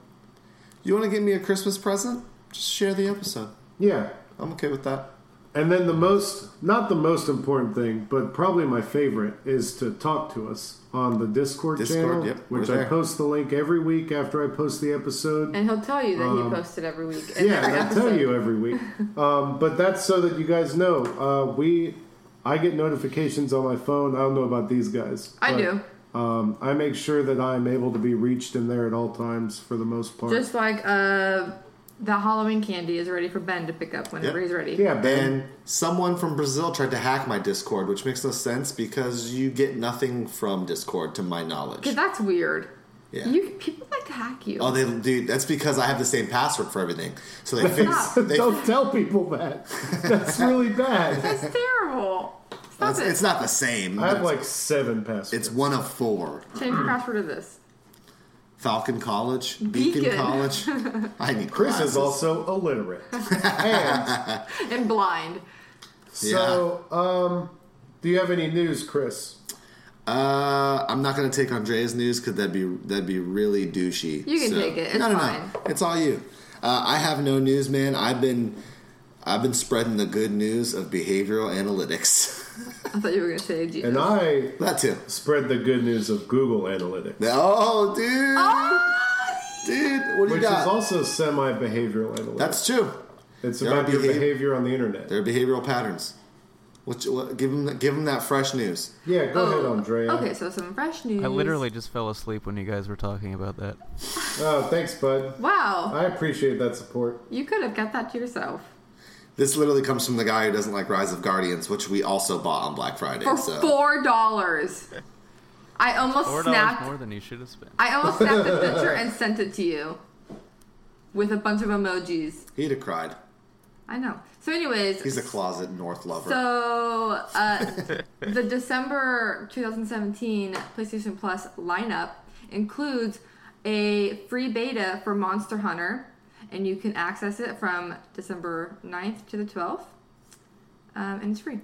Speaker 2: You want to give me a Christmas present? Just share the episode.
Speaker 1: Yeah,
Speaker 2: I'm okay with that.
Speaker 1: and then the most not the most important thing, but probably my favorite is to talk to us on the Discord,
Speaker 2: Discord,
Speaker 1: channel,
Speaker 2: yep, we're
Speaker 1: which I
Speaker 2: there.
Speaker 1: post the link every week after I post the episode.
Speaker 4: And he'll tell you that he posted every week. and
Speaker 1: Um, yeah,
Speaker 4: every
Speaker 1: and I tell
Speaker 4: episode.
Speaker 1: you every week. Um, but that's so that you guys know. Uh, we, I get notifications on my phone. I don't know about these guys.
Speaker 4: I
Speaker 1: but,
Speaker 4: do.
Speaker 1: Um, I make sure that I'm able to be reached in there at all times for the most part.
Speaker 4: Just like uh, the Halloween candy is ready for Ben to pick up whenever
Speaker 2: Yeah.
Speaker 4: he's ready.
Speaker 1: yeah, Ben.
Speaker 2: And someone from Brazil tried to hack my Discord, which makes no sense because you get nothing from Discord, to my knowledge.
Speaker 4: Because that's weird.
Speaker 2: Yeah.
Speaker 4: You People like to hack you.
Speaker 2: Oh, they dude, that's because I have the same password for everything. So they fixed. They,
Speaker 1: don't tell people that. That's really bad.
Speaker 4: that's terrible. Stop
Speaker 2: it's,
Speaker 4: it.
Speaker 2: it's not the same.
Speaker 1: I have like seven passwords.
Speaker 2: it's one of four.
Speaker 4: Change the password to this.
Speaker 2: Falcon College, Beacon,
Speaker 4: Beacon.
Speaker 2: College. I need
Speaker 1: Chris is
Speaker 2: classes.
Speaker 1: also illiterate. and
Speaker 4: And blind.
Speaker 1: so, um, do you have any news, Chris?
Speaker 2: Uh, I'm not gonna take Andrea's news because that'd be that'd be really douchey.
Speaker 4: You can take it. It's
Speaker 2: no, no,
Speaker 4: fine.
Speaker 2: no. It's all you. Uh, I have no news, man. I've been I've been spreading the good news of behavioral analytics.
Speaker 4: I thought you were going to say Jesus.
Speaker 1: And I
Speaker 2: that too.
Speaker 1: spread the good news of Google Analytics.
Speaker 2: Oh, dude,
Speaker 4: Ah!
Speaker 2: dude, what do you
Speaker 1: Which
Speaker 2: got?
Speaker 1: is also semi-behavioral analytics.
Speaker 2: That's true.
Speaker 1: it's
Speaker 2: there
Speaker 1: about
Speaker 2: are
Speaker 1: your
Speaker 2: behav-
Speaker 1: behavior on the internet.
Speaker 2: They're behavioral patterns. What, you- what, give them give them that fresh news.
Speaker 1: Yeah, go ahead,
Speaker 4: Oh,
Speaker 1: Andrea.
Speaker 4: Okay, so some fresh news.
Speaker 3: I literally just fell asleep when you guys were talking about that.
Speaker 1: Oh, thanks, bud.
Speaker 4: Wow.
Speaker 1: I appreciate that support.
Speaker 4: You could have kept that to yourself.
Speaker 2: This literally comes from the guy who doesn't like Rise of Guardians, which we also bought on Black Friday.
Speaker 4: For
Speaker 2: so
Speaker 4: $4. I almost
Speaker 3: Four dollars
Speaker 4: snapped
Speaker 3: more than you should have spent.
Speaker 4: I almost snapped the picture and sent it to you with a bunch of emojis.
Speaker 2: he'd have cried.
Speaker 4: I know. So, anyways,
Speaker 2: He's a closet North lover.
Speaker 4: so uh, the December 2017 PlayStation Plus lineup includes a free beta for Monster Hunter, and you can access it from December 9th to the 12th, um, and it's free.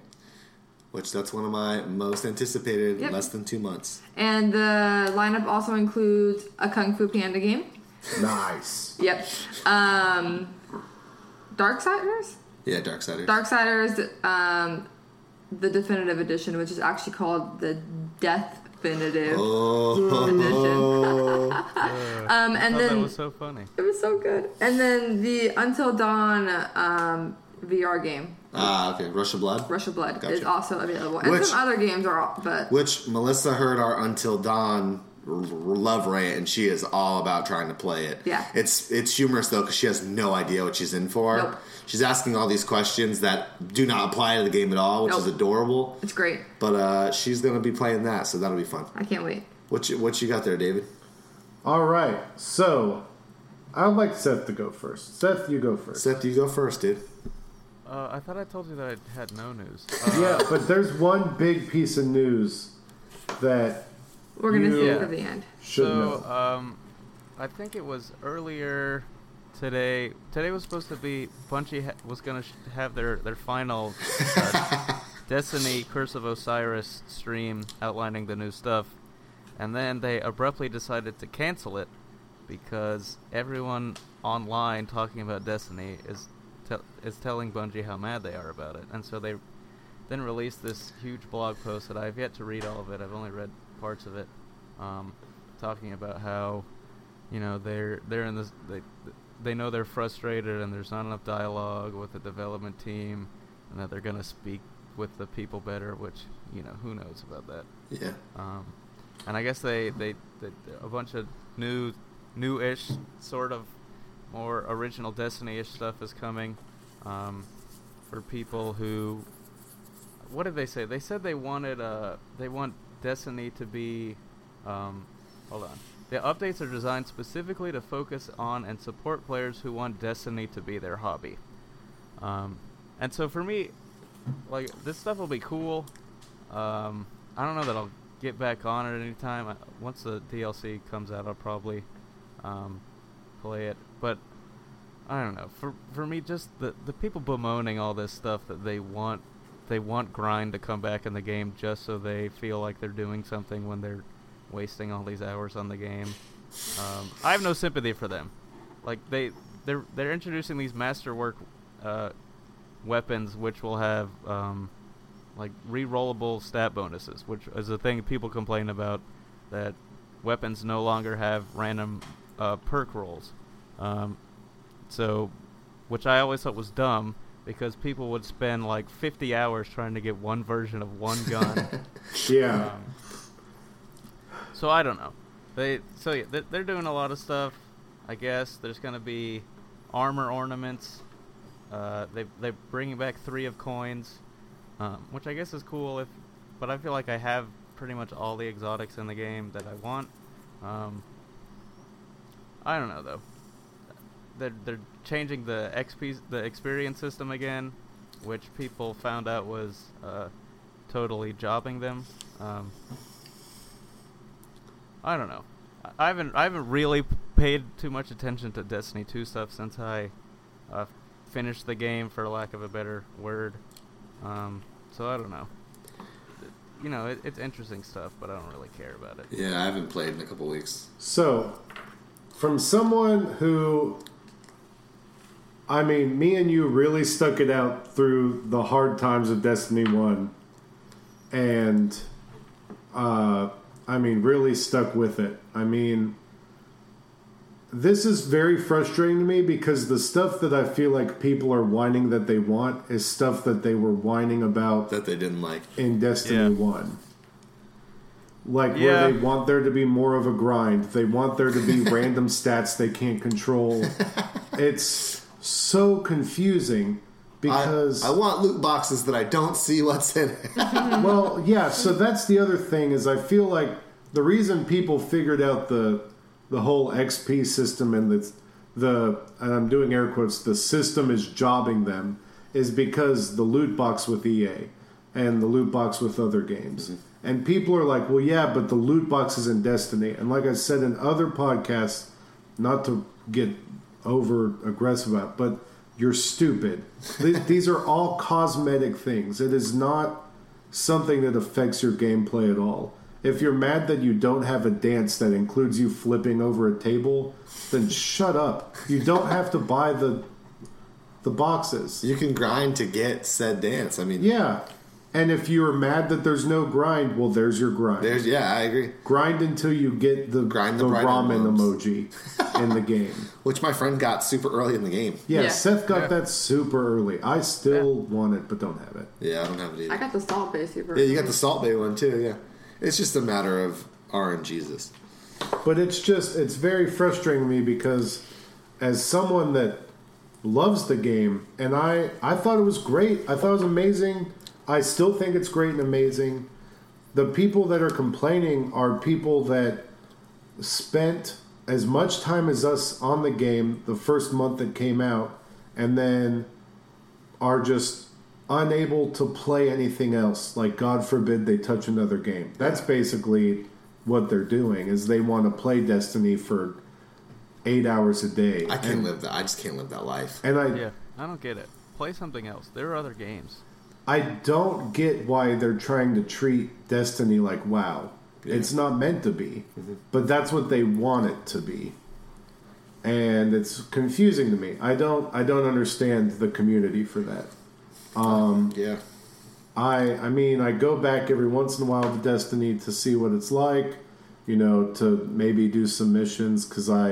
Speaker 2: which that's one of my most anticipated
Speaker 4: Yep.
Speaker 2: less than two months.
Speaker 4: And the lineup also includes a Kung Fu Panda game.
Speaker 1: Nice.
Speaker 4: Yep. Um, Darksiders?
Speaker 2: Yeah, Darksiders.
Speaker 4: Darksiders, um, the definitive edition, which is actually called the Death Definitive
Speaker 2: Oh.
Speaker 4: edition. um, and
Speaker 3: Oh, that
Speaker 4: then
Speaker 3: was so funny.
Speaker 4: it was so good. And then the Until Dawn um, VR game,
Speaker 2: Ah, okay. Rush of Blood.
Speaker 4: Rush of Blood, is
Speaker 2: Gotcha.
Speaker 4: also available. And
Speaker 2: Which-
Speaker 4: some other games are, all, but
Speaker 2: Which Melissa heard our Until Dawn r- r- love rant, and she is all about trying to play it.
Speaker 4: Yeah.
Speaker 2: It's it's humorous though because she has no idea what she's in for.
Speaker 4: Nope.
Speaker 2: She's asking all these questions that do not apply to the game at all, which
Speaker 4: Nope.
Speaker 2: is adorable.
Speaker 4: it's great.
Speaker 2: But uh, she's gonna be playing that, so that'll be fun.
Speaker 4: I can't wait.
Speaker 2: What you, what you got there, David?
Speaker 1: All right. So, I would like Seth to go first. Seth, you go first.
Speaker 2: Seth, you go first, dude.
Speaker 3: Uh, I thought I told you that I had no news.
Speaker 1: Yeah, but there's one big piece of news that
Speaker 4: We're going to see
Speaker 1: You-
Speaker 4: it at the end.
Speaker 1: should
Speaker 3: so,
Speaker 1: know.
Speaker 3: um, I think it was earlier today. Today was supposed to be Bungie ha- was gonna sh- have their their final uh, Destiny Curse of Osiris stream outlining the new stuff, and then they abruptly decided to cancel it because everyone online talking about Destiny is tel is telling Bungie how mad they are about it, and so they then released this huge blog post that I've yet to read all of it. I've only read parts of it, um, talking about how you know they're they're in this they they know they're frustrated and there's not enough dialogue with the development team and that they're going to speak with the people better which you know who knows about that
Speaker 2: Yeah.
Speaker 3: um, and I guess they, they, they a bunch of new, new-ish sort of more original Destiny-ish stuff is coming um, for people who. What did they say? They said they wanted uh they want Destiny to be, um, hold on. The updates are designed specifically to focus on and support players who want Destiny to be their hobby. Um, and so for me, like this stuff will be cool. Um, I don't know that I'll get back on it any time. I, once the DLC comes out, I'll probably um, play it. But I don't know. For for me, just the the people bemoaning all this stuff that they want they want grind to come back in the game just so they feel like they're doing something when they're wasting all these hours on the game. Um, I have no sympathy for them. Like they they're they're introducing these masterwork uh, weapons which will have um, like re-rollable stat bonuses, which is a thing people complain about that weapons no longer have random uh, perk rolls. Um, so, which I always thought was dumb because people would spend like 50 hours trying to get one version of one gun.
Speaker 1: Yeah.
Speaker 3: Um, So I don't know. They so yeah, they're, they're doing a lot of stuff. I guess there's gonna be armor ornaments. Uh, they they bringing back three of coins, um, which I guess is cool. If but I feel like I have pretty much all the exotics in the game that I want. Um, I don't know though. They're they're changing the XP the experience system again, which people found out was uh, totally jobbing them. Um, I don't know. I- I haven't I haven't really p- paid too much attention to Destiny 2 stuff since I uh, finished the game, for lack of a better word. Um, so I don't know. You know, it, it's interesting stuff, but I don't really care about it.
Speaker 2: Yeah, I haven't played in a couple weeks.
Speaker 1: So, from someone who, I mean, me and you really stuck it out through the hard times of Destiny 1, and, uh, I mean, really stuck with it. I mean, this is very frustrating to me because the stuff that I feel like people are whining that they want is stuff that they were whining about
Speaker 2: That they didn't like.
Speaker 1: in Destiny
Speaker 3: Yeah.
Speaker 1: 1. Like,
Speaker 3: Yeah.
Speaker 1: where they want there to be more of a grind. They want there to be random stats they can't control. It's so confusing
Speaker 2: I,
Speaker 1: because.
Speaker 2: I want loot boxes that I don't see what's in it.
Speaker 1: Well, yeah. So that's the other thing is I feel like the reason people figured out the the whole XP system and the the and I'm doing air quotes the system is jobbing them is because the loot box with EA and the loot box with other games. And people are like, "Well, yeah, but the loot box is in Destiny." And like I said in other podcasts, not to get over aggressive about, but you're stupid. Th- These are all cosmetic things. It is not something that affects your gameplay at all. If you're mad that you don't have a dance that includes you flipping over a table, then shut up. You don't have to buy the the boxes.
Speaker 2: you can grind to get said dance. I mean,
Speaker 1: Yeah. And if you're mad that there's no grind, well there's your grind.
Speaker 2: there's yeah, I agree.
Speaker 1: grind until you get the
Speaker 2: Grind the
Speaker 1: the,
Speaker 2: bright
Speaker 1: ramen
Speaker 2: envelopes.
Speaker 1: emoji in the game.
Speaker 2: Which my friend got super early in the game.
Speaker 1: Yeah,
Speaker 4: Yeah.
Speaker 1: Seth got
Speaker 3: Yeah.
Speaker 1: that super early. I still want it but don't have it.
Speaker 2: Yeah, I don't have it either.
Speaker 4: I got the salt base super.
Speaker 2: yeah, you got the Salt Bay one too. Yeah, it's just a matter of R and Jesus.
Speaker 1: But it's just it's very frustrating to me because as someone that loves the game and I I thought it was great. I thought it was amazing. I still think it's great and amazing. The people that are complaining are people that spent as much time as us on the game the first month it came out and then are just unable to play anything else like god forbid they touch another game that's basically what they're doing is they want to play destiny for eight hours a day
Speaker 2: I can't
Speaker 1: and,
Speaker 2: live that. I just can't live that life.
Speaker 1: and i
Speaker 3: Yeah, I don't get it. Play something else. There are other games.
Speaker 1: i don't get why they're trying to treat destiny like wow it's not meant to be but that's what they want it to be and it's confusing to me i don't i don't understand the community for that
Speaker 2: Yeah,
Speaker 1: I I mean I go back every once in a while to Destiny to see what it's like. you know, to maybe do some missions because I,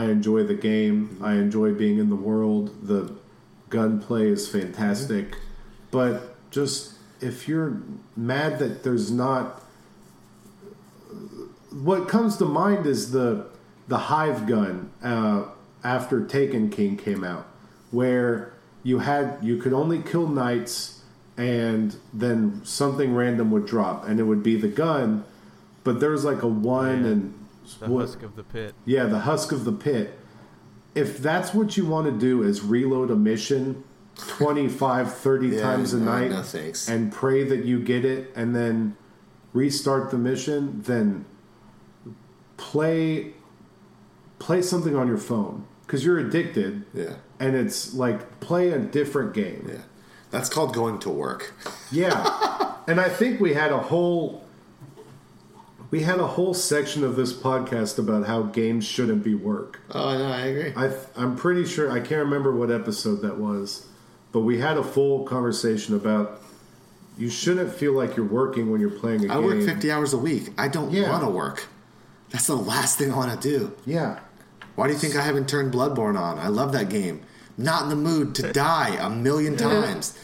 Speaker 1: I enjoy the game. I enjoy being in the world. The gunplay is fantastic, but just if you're mad that there's not, what comes to mind is the the hive gun uh, after Taken King came out, where you had you could only kill knights and then something random would drop and it would be the gun but there was like a one
Speaker 3: Yeah.
Speaker 1: and
Speaker 3: The
Speaker 1: what-
Speaker 3: husk of the pit.
Speaker 1: yeah the husk of the pit if that's what you want to do is reload a mission 25 30
Speaker 2: Yeah,
Speaker 1: times a
Speaker 2: no,
Speaker 1: night
Speaker 2: no thanks.
Speaker 1: and pray that you get it and then restart the mission then play play something on your phone because you're addicted
Speaker 2: Yeah.
Speaker 1: and it's like play a different game
Speaker 2: Yeah. That's called going to work.
Speaker 1: yeah. and I think we had a whole we had a whole section of this podcast about how games shouldn't be work.
Speaker 2: Oh, no, I agree.
Speaker 1: I th- I'm pretty sure I can't remember what episode that was, but we had a full conversation about you shouldn't feel like you're working when you're playing a
Speaker 2: I
Speaker 1: game.
Speaker 2: work 50 hours a week. I don't
Speaker 1: Yeah.
Speaker 2: want to work. That's the last thing I want to do.
Speaker 1: yeah.
Speaker 2: Why do you think I haven't turned Bloodborne on? I love that game. Not in the mood to die a million times.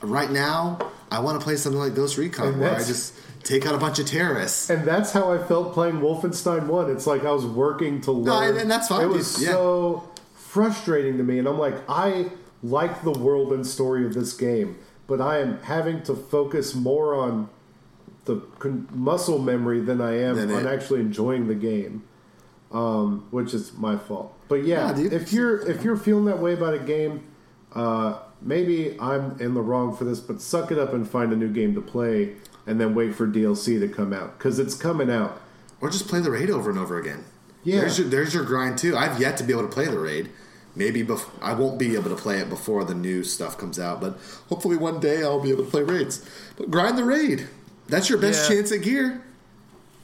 Speaker 2: Right now, I want to play something like Ghost Recon
Speaker 1: And
Speaker 2: where I
Speaker 1: that's-
Speaker 2: just take out a bunch of terrorists.
Speaker 1: And that's how I felt playing Wolfenstein 1. It's like I was working to learn.
Speaker 2: and- and that's fine,
Speaker 1: It was
Speaker 2: dude. Yeah.
Speaker 1: so frustrating to me. And I'm like, I like the world and story of this game, but I am having to focus more on the con- muscle memory than I am
Speaker 2: Than
Speaker 1: on
Speaker 2: it.
Speaker 1: actually enjoying the game. Um, which is my fault. But yeah,
Speaker 2: Nah, dude.
Speaker 1: if you're if you're feeling that way about a game, uh, maybe I'm in the wrong for this, but suck it up and find a new game to play, and then wait for DLC to come out because it's coming out.
Speaker 2: Or just play the raid over and over again.
Speaker 1: Yeah.
Speaker 2: There's your, there's your grind too. I've yet to be able to play the raid. Maybe bef- I won't be able to play it before the new stuff comes out, but hopefully one day I'll be able to play raids. But grind the raid. That's your best
Speaker 3: Yeah.
Speaker 2: chance at gear.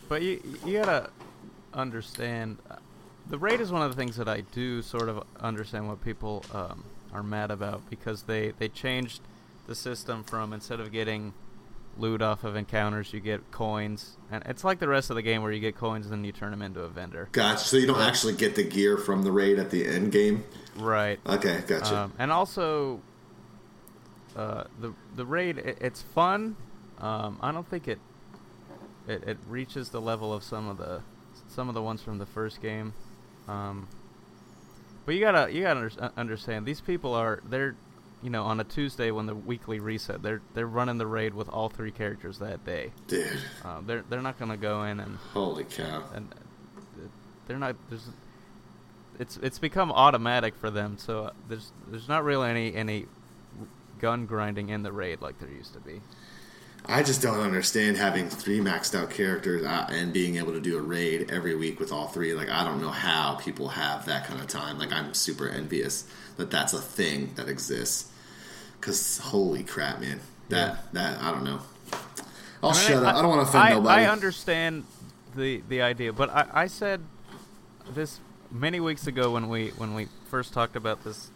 Speaker 3: But you you gotta understand, uh, the raid is one of the things that I do sort of understand what people um, are mad about because they they changed the system from instead of getting loot off of encounters, you get coins, and it's like the rest of the game where you get coins and then you turn them into a vendor.
Speaker 2: Gotcha. So you don't actually get the gear from the raid at the end game.
Speaker 3: Right.
Speaker 2: Okay, gotcha.
Speaker 3: Um, and also, uh, the the raid it, it's fun. Um, I don't think it, it it reaches the level of some of the some of the ones from the first game. Um, but you gotta you gotta under- understand these people are they're you know on a Tuesday when the weekly reset they're they're running the raid with all three characters that day.
Speaker 2: Dude,
Speaker 3: Um, they're they're not gonna go in and
Speaker 2: holy cow.
Speaker 3: and uh, they're not there's it's it's become automatic for them so uh, there's there's not really any any gun grinding in the raid like there used to be
Speaker 2: I just don't understand having three maxed out characters uh, and being able to do a raid every week with all three. Like, I don't know how people have that kind of time. Like, I'm super envious that that's a thing that exists. Because, holy crap, man. That, that, I don't know. I'll
Speaker 3: I mean,
Speaker 2: shut up. I, don't want to offend
Speaker 3: I,
Speaker 2: nobody.
Speaker 3: I understand the the idea, but I, I said this many weeks ago when we when we first talked about this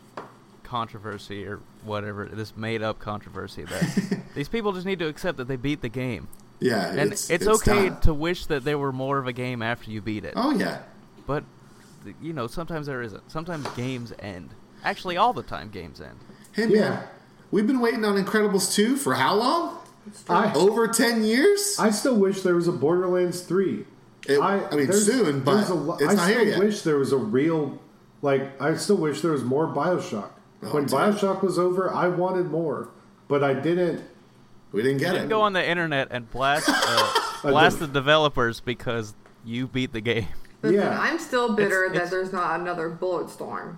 Speaker 3: controversy or whatever this made up controversy that these people just need to accept that they beat the game
Speaker 2: yeah,
Speaker 3: and it's, okay
Speaker 2: done.
Speaker 3: to wish that there were more of a game after you beat it
Speaker 2: Oh, yeah.
Speaker 3: But th- you know, sometimes there isn't. Sometimes games end. Actually, all the time games end.
Speaker 2: Hey,
Speaker 1: Yeah.
Speaker 2: man. We've been waiting on Incredibles 2 for how long?
Speaker 1: I
Speaker 2: Over 10 years?
Speaker 1: I still wish there was a Borderlands three.
Speaker 2: It- I mean, soon, but
Speaker 1: there's a lo-
Speaker 2: it's
Speaker 1: I
Speaker 2: not
Speaker 1: still
Speaker 2: here yet.
Speaker 1: wish there was a real like. I still wish there was more Bioshock.
Speaker 2: Oh,
Speaker 1: when
Speaker 2: dude.
Speaker 1: Bioshock was over, I wanted more, but I didn't.
Speaker 2: We didn't get it.
Speaker 3: Go on the internet and blast uh, blast the developers because you beat the game.
Speaker 4: Listen,
Speaker 1: Yeah.
Speaker 4: I'm still bitter
Speaker 3: It's-
Speaker 4: that
Speaker 3: it's-
Speaker 4: there's not another Bulletstorm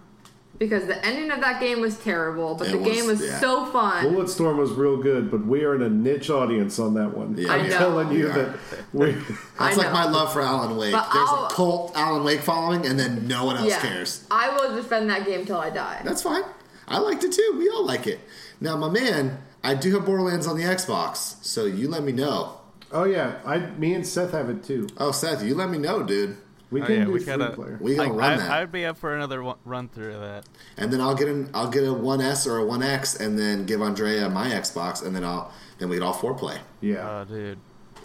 Speaker 4: because the ending of that game was terrible, but
Speaker 2: It
Speaker 4: the game
Speaker 2: was-
Speaker 4: was
Speaker 2: yeah.
Speaker 4: so fun.
Speaker 1: Bulletstorm was real good, but we are in a niche audience on that one.
Speaker 2: Yeah.
Speaker 1: I'm
Speaker 2: I know.
Speaker 1: telling you
Speaker 2: We are.
Speaker 1: that we.
Speaker 2: That's
Speaker 4: I
Speaker 2: like
Speaker 4: know.
Speaker 2: my love for Alan Wake.
Speaker 4: But
Speaker 2: There's
Speaker 4: I'll-
Speaker 2: a cult Alan Wake following, and then no one else
Speaker 4: yeah,
Speaker 2: cares.
Speaker 4: I will defend that game till I die.
Speaker 2: That's fine. I liked it too. We all like it. Now, my man, I do have Borderlands on the Xbox, so you let me know.
Speaker 1: oh yeah, I me and Seth have it too.
Speaker 2: Oh, Seth, you let me know, dude.
Speaker 1: We
Speaker 3: Oh,
Speaker 1: can
Speaker 3: yeah,
Speaker 1: do
Speaker 3: we
Speaker 1: 3
Speaker 3: gotta-
Speaker 1: player.
Speaker 2: We gonna
Speaker 3: Like,
Speaker 2: run
Speaker 3: I,
Speaker 2: that,
Speaker 3: I'd be up for another one, run through of that.
Speaker 2: and then I'll get an I'll get a 1S or a 1X, and then give Andrea my Xbox, and then I'll then we get all four play.
Speaker 1: Yeah.
Speaker 3: Oh, dude.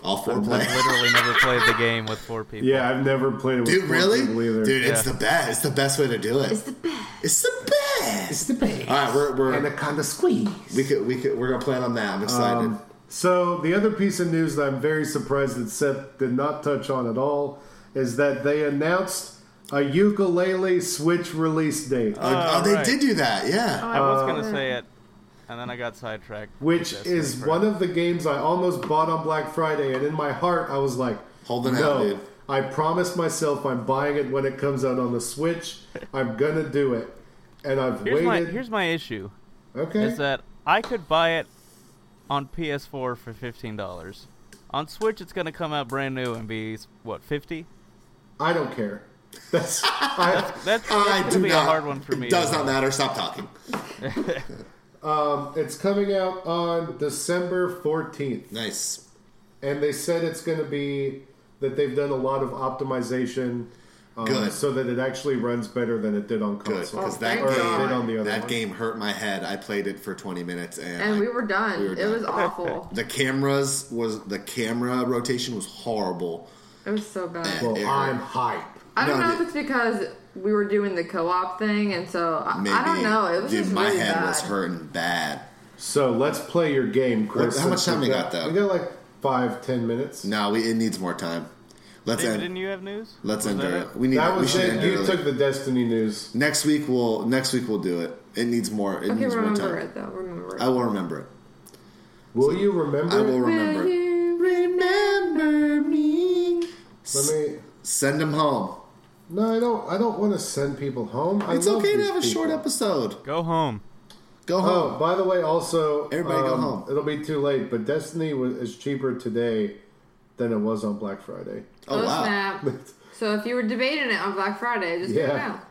Speaker 2: All four play.
Speaker 3: I've literally never played the game with four people.
Speaker 1: Yeah, I've never played it with
Speaker 2: Dude,
Speaker 1: four
Speaker 2: really?
Speaker 1: people either.
Speaker 2: Dude, it's
Speaker 3: Yeah.
Speaker 2: the best. It's the best way to do it.
Speaker 4: It's the best.
Speaker 2: It's the best.
Speaker 1: the best.
Speaker 2: All right, we're, we're
Speaker 1: kind of squeeze.
Speaker 2: we could we could we're gonna plan on that. I'm excited.
Speaker 3: Um,
Speaker 1: So the other piece of news that I'm very surprised that Seth did not touch on at all is that they announced a ukulele Switch release date,
Speaker 2: oh, they
Speaker 3: right.
Speaker 2: did do that. Yeah.
Speaker 4: Oh,
Speaker 3: I was gonna say it, and then I got sidetracked.
Speaker 1: which
Speaker 3: That's
Speaker 1: is
Speaker 3: right.
Speaker 1: one of the games I almost bought on Black Friday, and in my heart I was like,
Speaker 2: Holding out,
Speaker 1: no,
Speaker 2: dude."
Speaker 1: I promised myself I'm buying it when it comes out on the Switch. I'm gonna do it, and I've
Speaker 3: Here's my
Speaker 1: waited. Hmm?
Speaker 3: here's my issue
Speaker 1: okay,
Speaker 3: is that I could buy it on PS4 for fifteen dollars. On Switch, it's gonna come out brand new and be what fifty?
Speaker 1: I don't care. That's I,
Speaker 3: That's, that's
Speaker 2: I
Speaker 3: gonna
Speaker 2: do
Speaker 3: be
Speaker 2: not.
Speaker 3: a hard one for me.
Speaker 2: It does
Speaker 3: to-
Speaker 2: not matter. Stop talking.
Speaker 1: It's coming out on December 14th,
Speaker 2: Nice.
Speaker 1: and they said it's going to be that they've done a lot of optimization um,
Speaker 2: Good.
Speaker 1: so that it actually runs better than it did on
Speaker 2: Good
Speaker 1: console.
Speaker 2: because
Speaker 4: Oh,
Speaker 2: that
Speaker 4: thank
Speaker 1: or
Speaker 4: God.
Speaker 1: it did
Speaker 2: game
Speaker 1: on the other
Speaker 2: that
Speaker 1: one.
Speaker 2: game hurt my head. I played it for 20 minutes and, I-
Speaker 4: And we were done.
Speaker 2: we were
Speaker 4: It
Speaker 2: done.
Speaker 4: was awful.
Speaker 2: the cameras was the camera rotation was horrible.
Speaker 4: it was so bad.
Speaker 1: Well,
Speaker 2: It hurt.
Speaker 1: I'm hype.
Speaker 4: I don't
Speaker 2: No,
Speaker 4: know if
Speaker 2: the-
Speaker 4: it's because we were doing the co-op thing, and so I,
Speaker 2: Maybe
Speaker 4: I don't know. It was
Speaker 2: dude,
Speaker 4: just
Speaker 2: my
Speaker 4: really
Speaker 2: head
Speaker 4: bad.
Speaker 2: was hurting bad.
Speaker 1: So let's play your game, Chris.
Speaker 2: What- how much
Speaker 1: since
Speaker 2: time we got, though?
Speaker 1: We got like five, ten minutes.
Speaker 2: No, we it needs more time. Let's
Speaker 3: David,
Speaker 2: end.
Speaker 3: didn't you have news?
Speaker 2: Let's
Speaker 3: Was
Speaker 2: end
Speaker 3: that
Speaker 2: early. We need.
Speaker 1: That
Speaker 2: we
Speaker 1: was
Speaker 2: should end
Speaker 1: it. You
Speaker 2: early.
Speaker 1: took the Destiny news.
Speaker 2: next week. We'll next week we'll do it. It needs more. It
Speaker 4: Okay,
Speaker 2: needs more
Speaker 4: remember
Speaker 2: time.
Speaker 4: it though. Remember it.
Speaker 2: I will remember it.
Speaker 1: Will you remember?
Speaker 2: I will
Speaker 1: it?
Speaker 2: remember. it.
Speaker 4: remember me?
Speaker 1: Let me.
Speaker 2: Send them home.
Speaker 1: No, I don't. I don't want to send people home. I
Speaker 2: It's
Speaker 1: love
Speaker 2: okay to
Speaker 1: these
Speaker 2: have a short
Speaker 1: people.
Speaker 2: episode.
Speaker 3: Go home.
Speaker 2: Go home.
Speaker 1: Oh, by the way, also
Speaker 2: Everybody go
Speaker 1: um,
Speaker 2: home.
Speaker 1: It'll be too late, but Destiny was, is cheaper today than it was on Black Friday.
Speaker 2: Oh,
Speaker 4: Oh,
Speaker 2: wow.
Speaker 4: snap! so if you were debating it on Black Friday, just
Speaker 1: Yeah.
Speaker 4: do it now.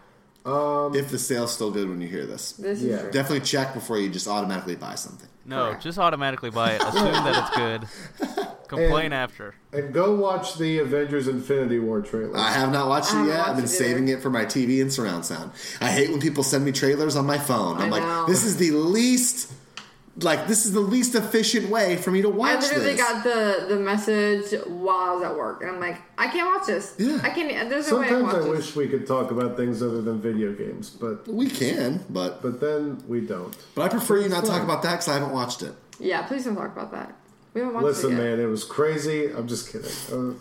Speaker 2: If the sale's still good when you hear this,
Speaker 4: This
Speaker 1: Yeah.
Speaker 4: is true.
Speaker 2: definitely check before you just automatically buy something.
Speaker 3: No,
Speaker 4: Correct.
Speaker 3: just automatically buy it. Assume that it's good. Complain
Speaker 1: And-
Speaker 3: after.
Speaker 1: And go watch the Avengers: Infinity War trailer.
Speaker 2: I have not watched
Speaker 4: I
Speaker 2: it
Speaker 4: haven't
Speaker 2: yet. I've
Speaker 4: watched
Speaker 2: been
Speaker 4: it
Speaker 2: saving it for my TV and surround sound. I hate when people send me trailers on my phone. I'm
Speaker 4: I
Speaker 2: like,
Speaker 4: know.
Speaker 2: this is the least, like, this is the least efficient way for me to
Speaker 4: I
Speaker 2: watch
Speaker 4: literally
Speaker 2: this.
Speaker 4: got the the message while I was at work, and I'm like, I can't watch this.
Speaker 2: Yeah.
Speaker 4: I can't. There's no way I can
Speaker 1: Sometimes
Speaker 4: watch
Speaker 1: I
Speaker 4: this.
Speaker 1: wish we could talk about things other than video games, but
Speaker 2: we can, but
Speaker 1: but then we don't.
Speaker 2: but I prefer you not talk
Speaker 1: fine.
Speaker 2: about that because I haven't watched it.
Speaker 4: Yeah, please don't talk about that. We haven't watched it
Speaker 1: Listen,
Speaker 4: yet.
Speaker 1: man, it was crazy. I'm just kidding.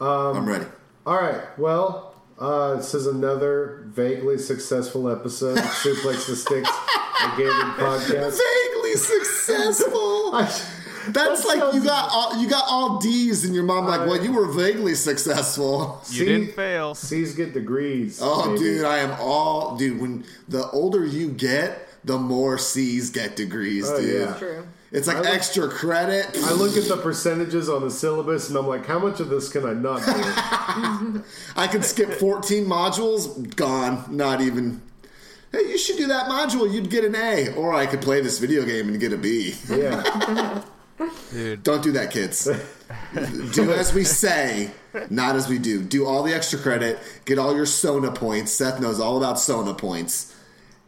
Speaker 1: Uh,
Speaker 2: I'm ready.
Speaker 1: all right, well, uh, this is another vaguely successful episode of Suplex the Sticks, the gaming podcast.
Speaker 2: Vaguely successful. That's
Speaker 1: That
Speaker 2: like you
Speaker 1: sounds-
Speaker 2: got all you got all D's, and your mom like, well, you were vaguely successful.
Speaker 3: You didn't fail.
Speaker 1: C's get degrees.
Speaker 2: Oh,
Speaker 1: baby.
Speaker 2: dude, I am all dude. When the older you get, the more C's get degrees,
Speaker 1: Oh,
Speaker 2: dude.
Speaker 1: yeah.
Speaker 4: True.
Speaker 2: It's like
Speaker 1: I look-
Speaker 2: extra credit.
Speaker 1: I look at the percentages on the syllabus and I'm like, how much of this can I not do?
Speaker 2: I could skip 14 modules. Gone. Not even. Hey, you should do that module. You'd get an A, or I could play this video game and get a B.
Speaker 1: yeah.
Speaker 3: Dude,
Speaker 2: Don't do that, kids. do as we say, not as we do. Do all the extra credit. Get all your Sona points. Seth knows all about Sona points,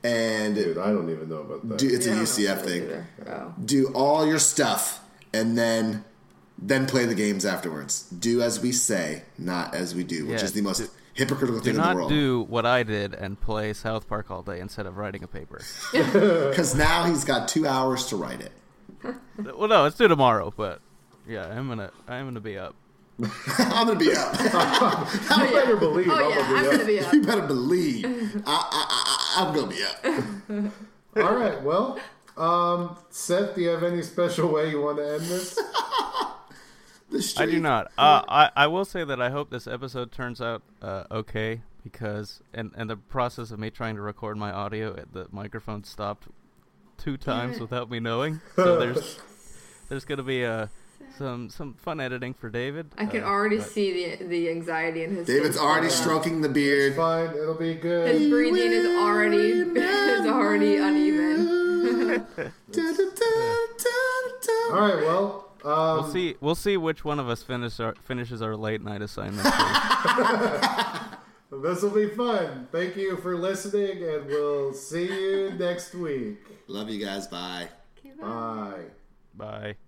Speaker 2: and
Speaker 1: Dude, I don't even know about that.
Speaker 2: do, it's
Speaker 4: Yeah, I
Speaker 2: a
Speaker 4: don't know
Speaker 2: UCF
Speaker 4: what
Speaker 2: thing.
Speaker 4: to do there. Oh.
Speaker 2: do all your stuff and then then play the games afterwards. Do as we say, not as we do, which
Speaker 3: Yeah,
Speaker 2: is the most
Speaker 3: do-
Speaker 2: hypocritical
Speaker 3: do
Speaker 2: thing in the
Speaker 3: not
Speaker 2: world.
Speaker 3: do what I did and play South Park all day instead of writing a paper.
Speaker 2: Because now he's got two hours to write it.
Speaker 3: well, no, it's due tomorrow, but yeah, I'm gonna I'm gonna be up.
Speaker 2: I'm gonna be up.
Speaker 1: you better believe
Speaker 4: Oh
Speaker 1: I'm
Speaker 4: yeah,
Speaker 1: gonna
Speaker 4: I'm gonna
Speaker 1: be
Speaker 4: be up.
Speaker 2: you better believe. I, I, I, I'm gonna be up.
Speaker 1: up. All right, well, um, Seth, do you have any special way you want to end this?
Speaker 2: The
Speaker 3: I do
Speaker 2: streak.
Speaker 3: not. Uh, I I will say that I hope this episode turns out uh, okay because in in the process of me trying to record my audio, it- the microphone stopped two times without me knowing. So there's there's gonna be uh, some some fun editing for David.
Speaker 4: I can
Speaker 3: Uh,
Speaker 4: already
Speaker 3: but-
Speaker 4: see the the anxiety in his.
Speaker 2: David's
Speaker 4: face
Speaker 2: already
Speaker 4: right now.
Speaker 2: stroking the beard.
Speaker 1: Fine, it'll be good.
Speaker 4: His breathing is already is already uneven.
Speaker 1: All right, well, um,
Speaker 3: We'll see. We'll see which one of us finishes our, finishes our late night assignment. first.
Speaker 1: this will be fun. Thank you for listening, and we'll see you next week.
Speaker 2: Love you guys. Bye.
Speaker 1: Bye.
Speaker 3: Bye.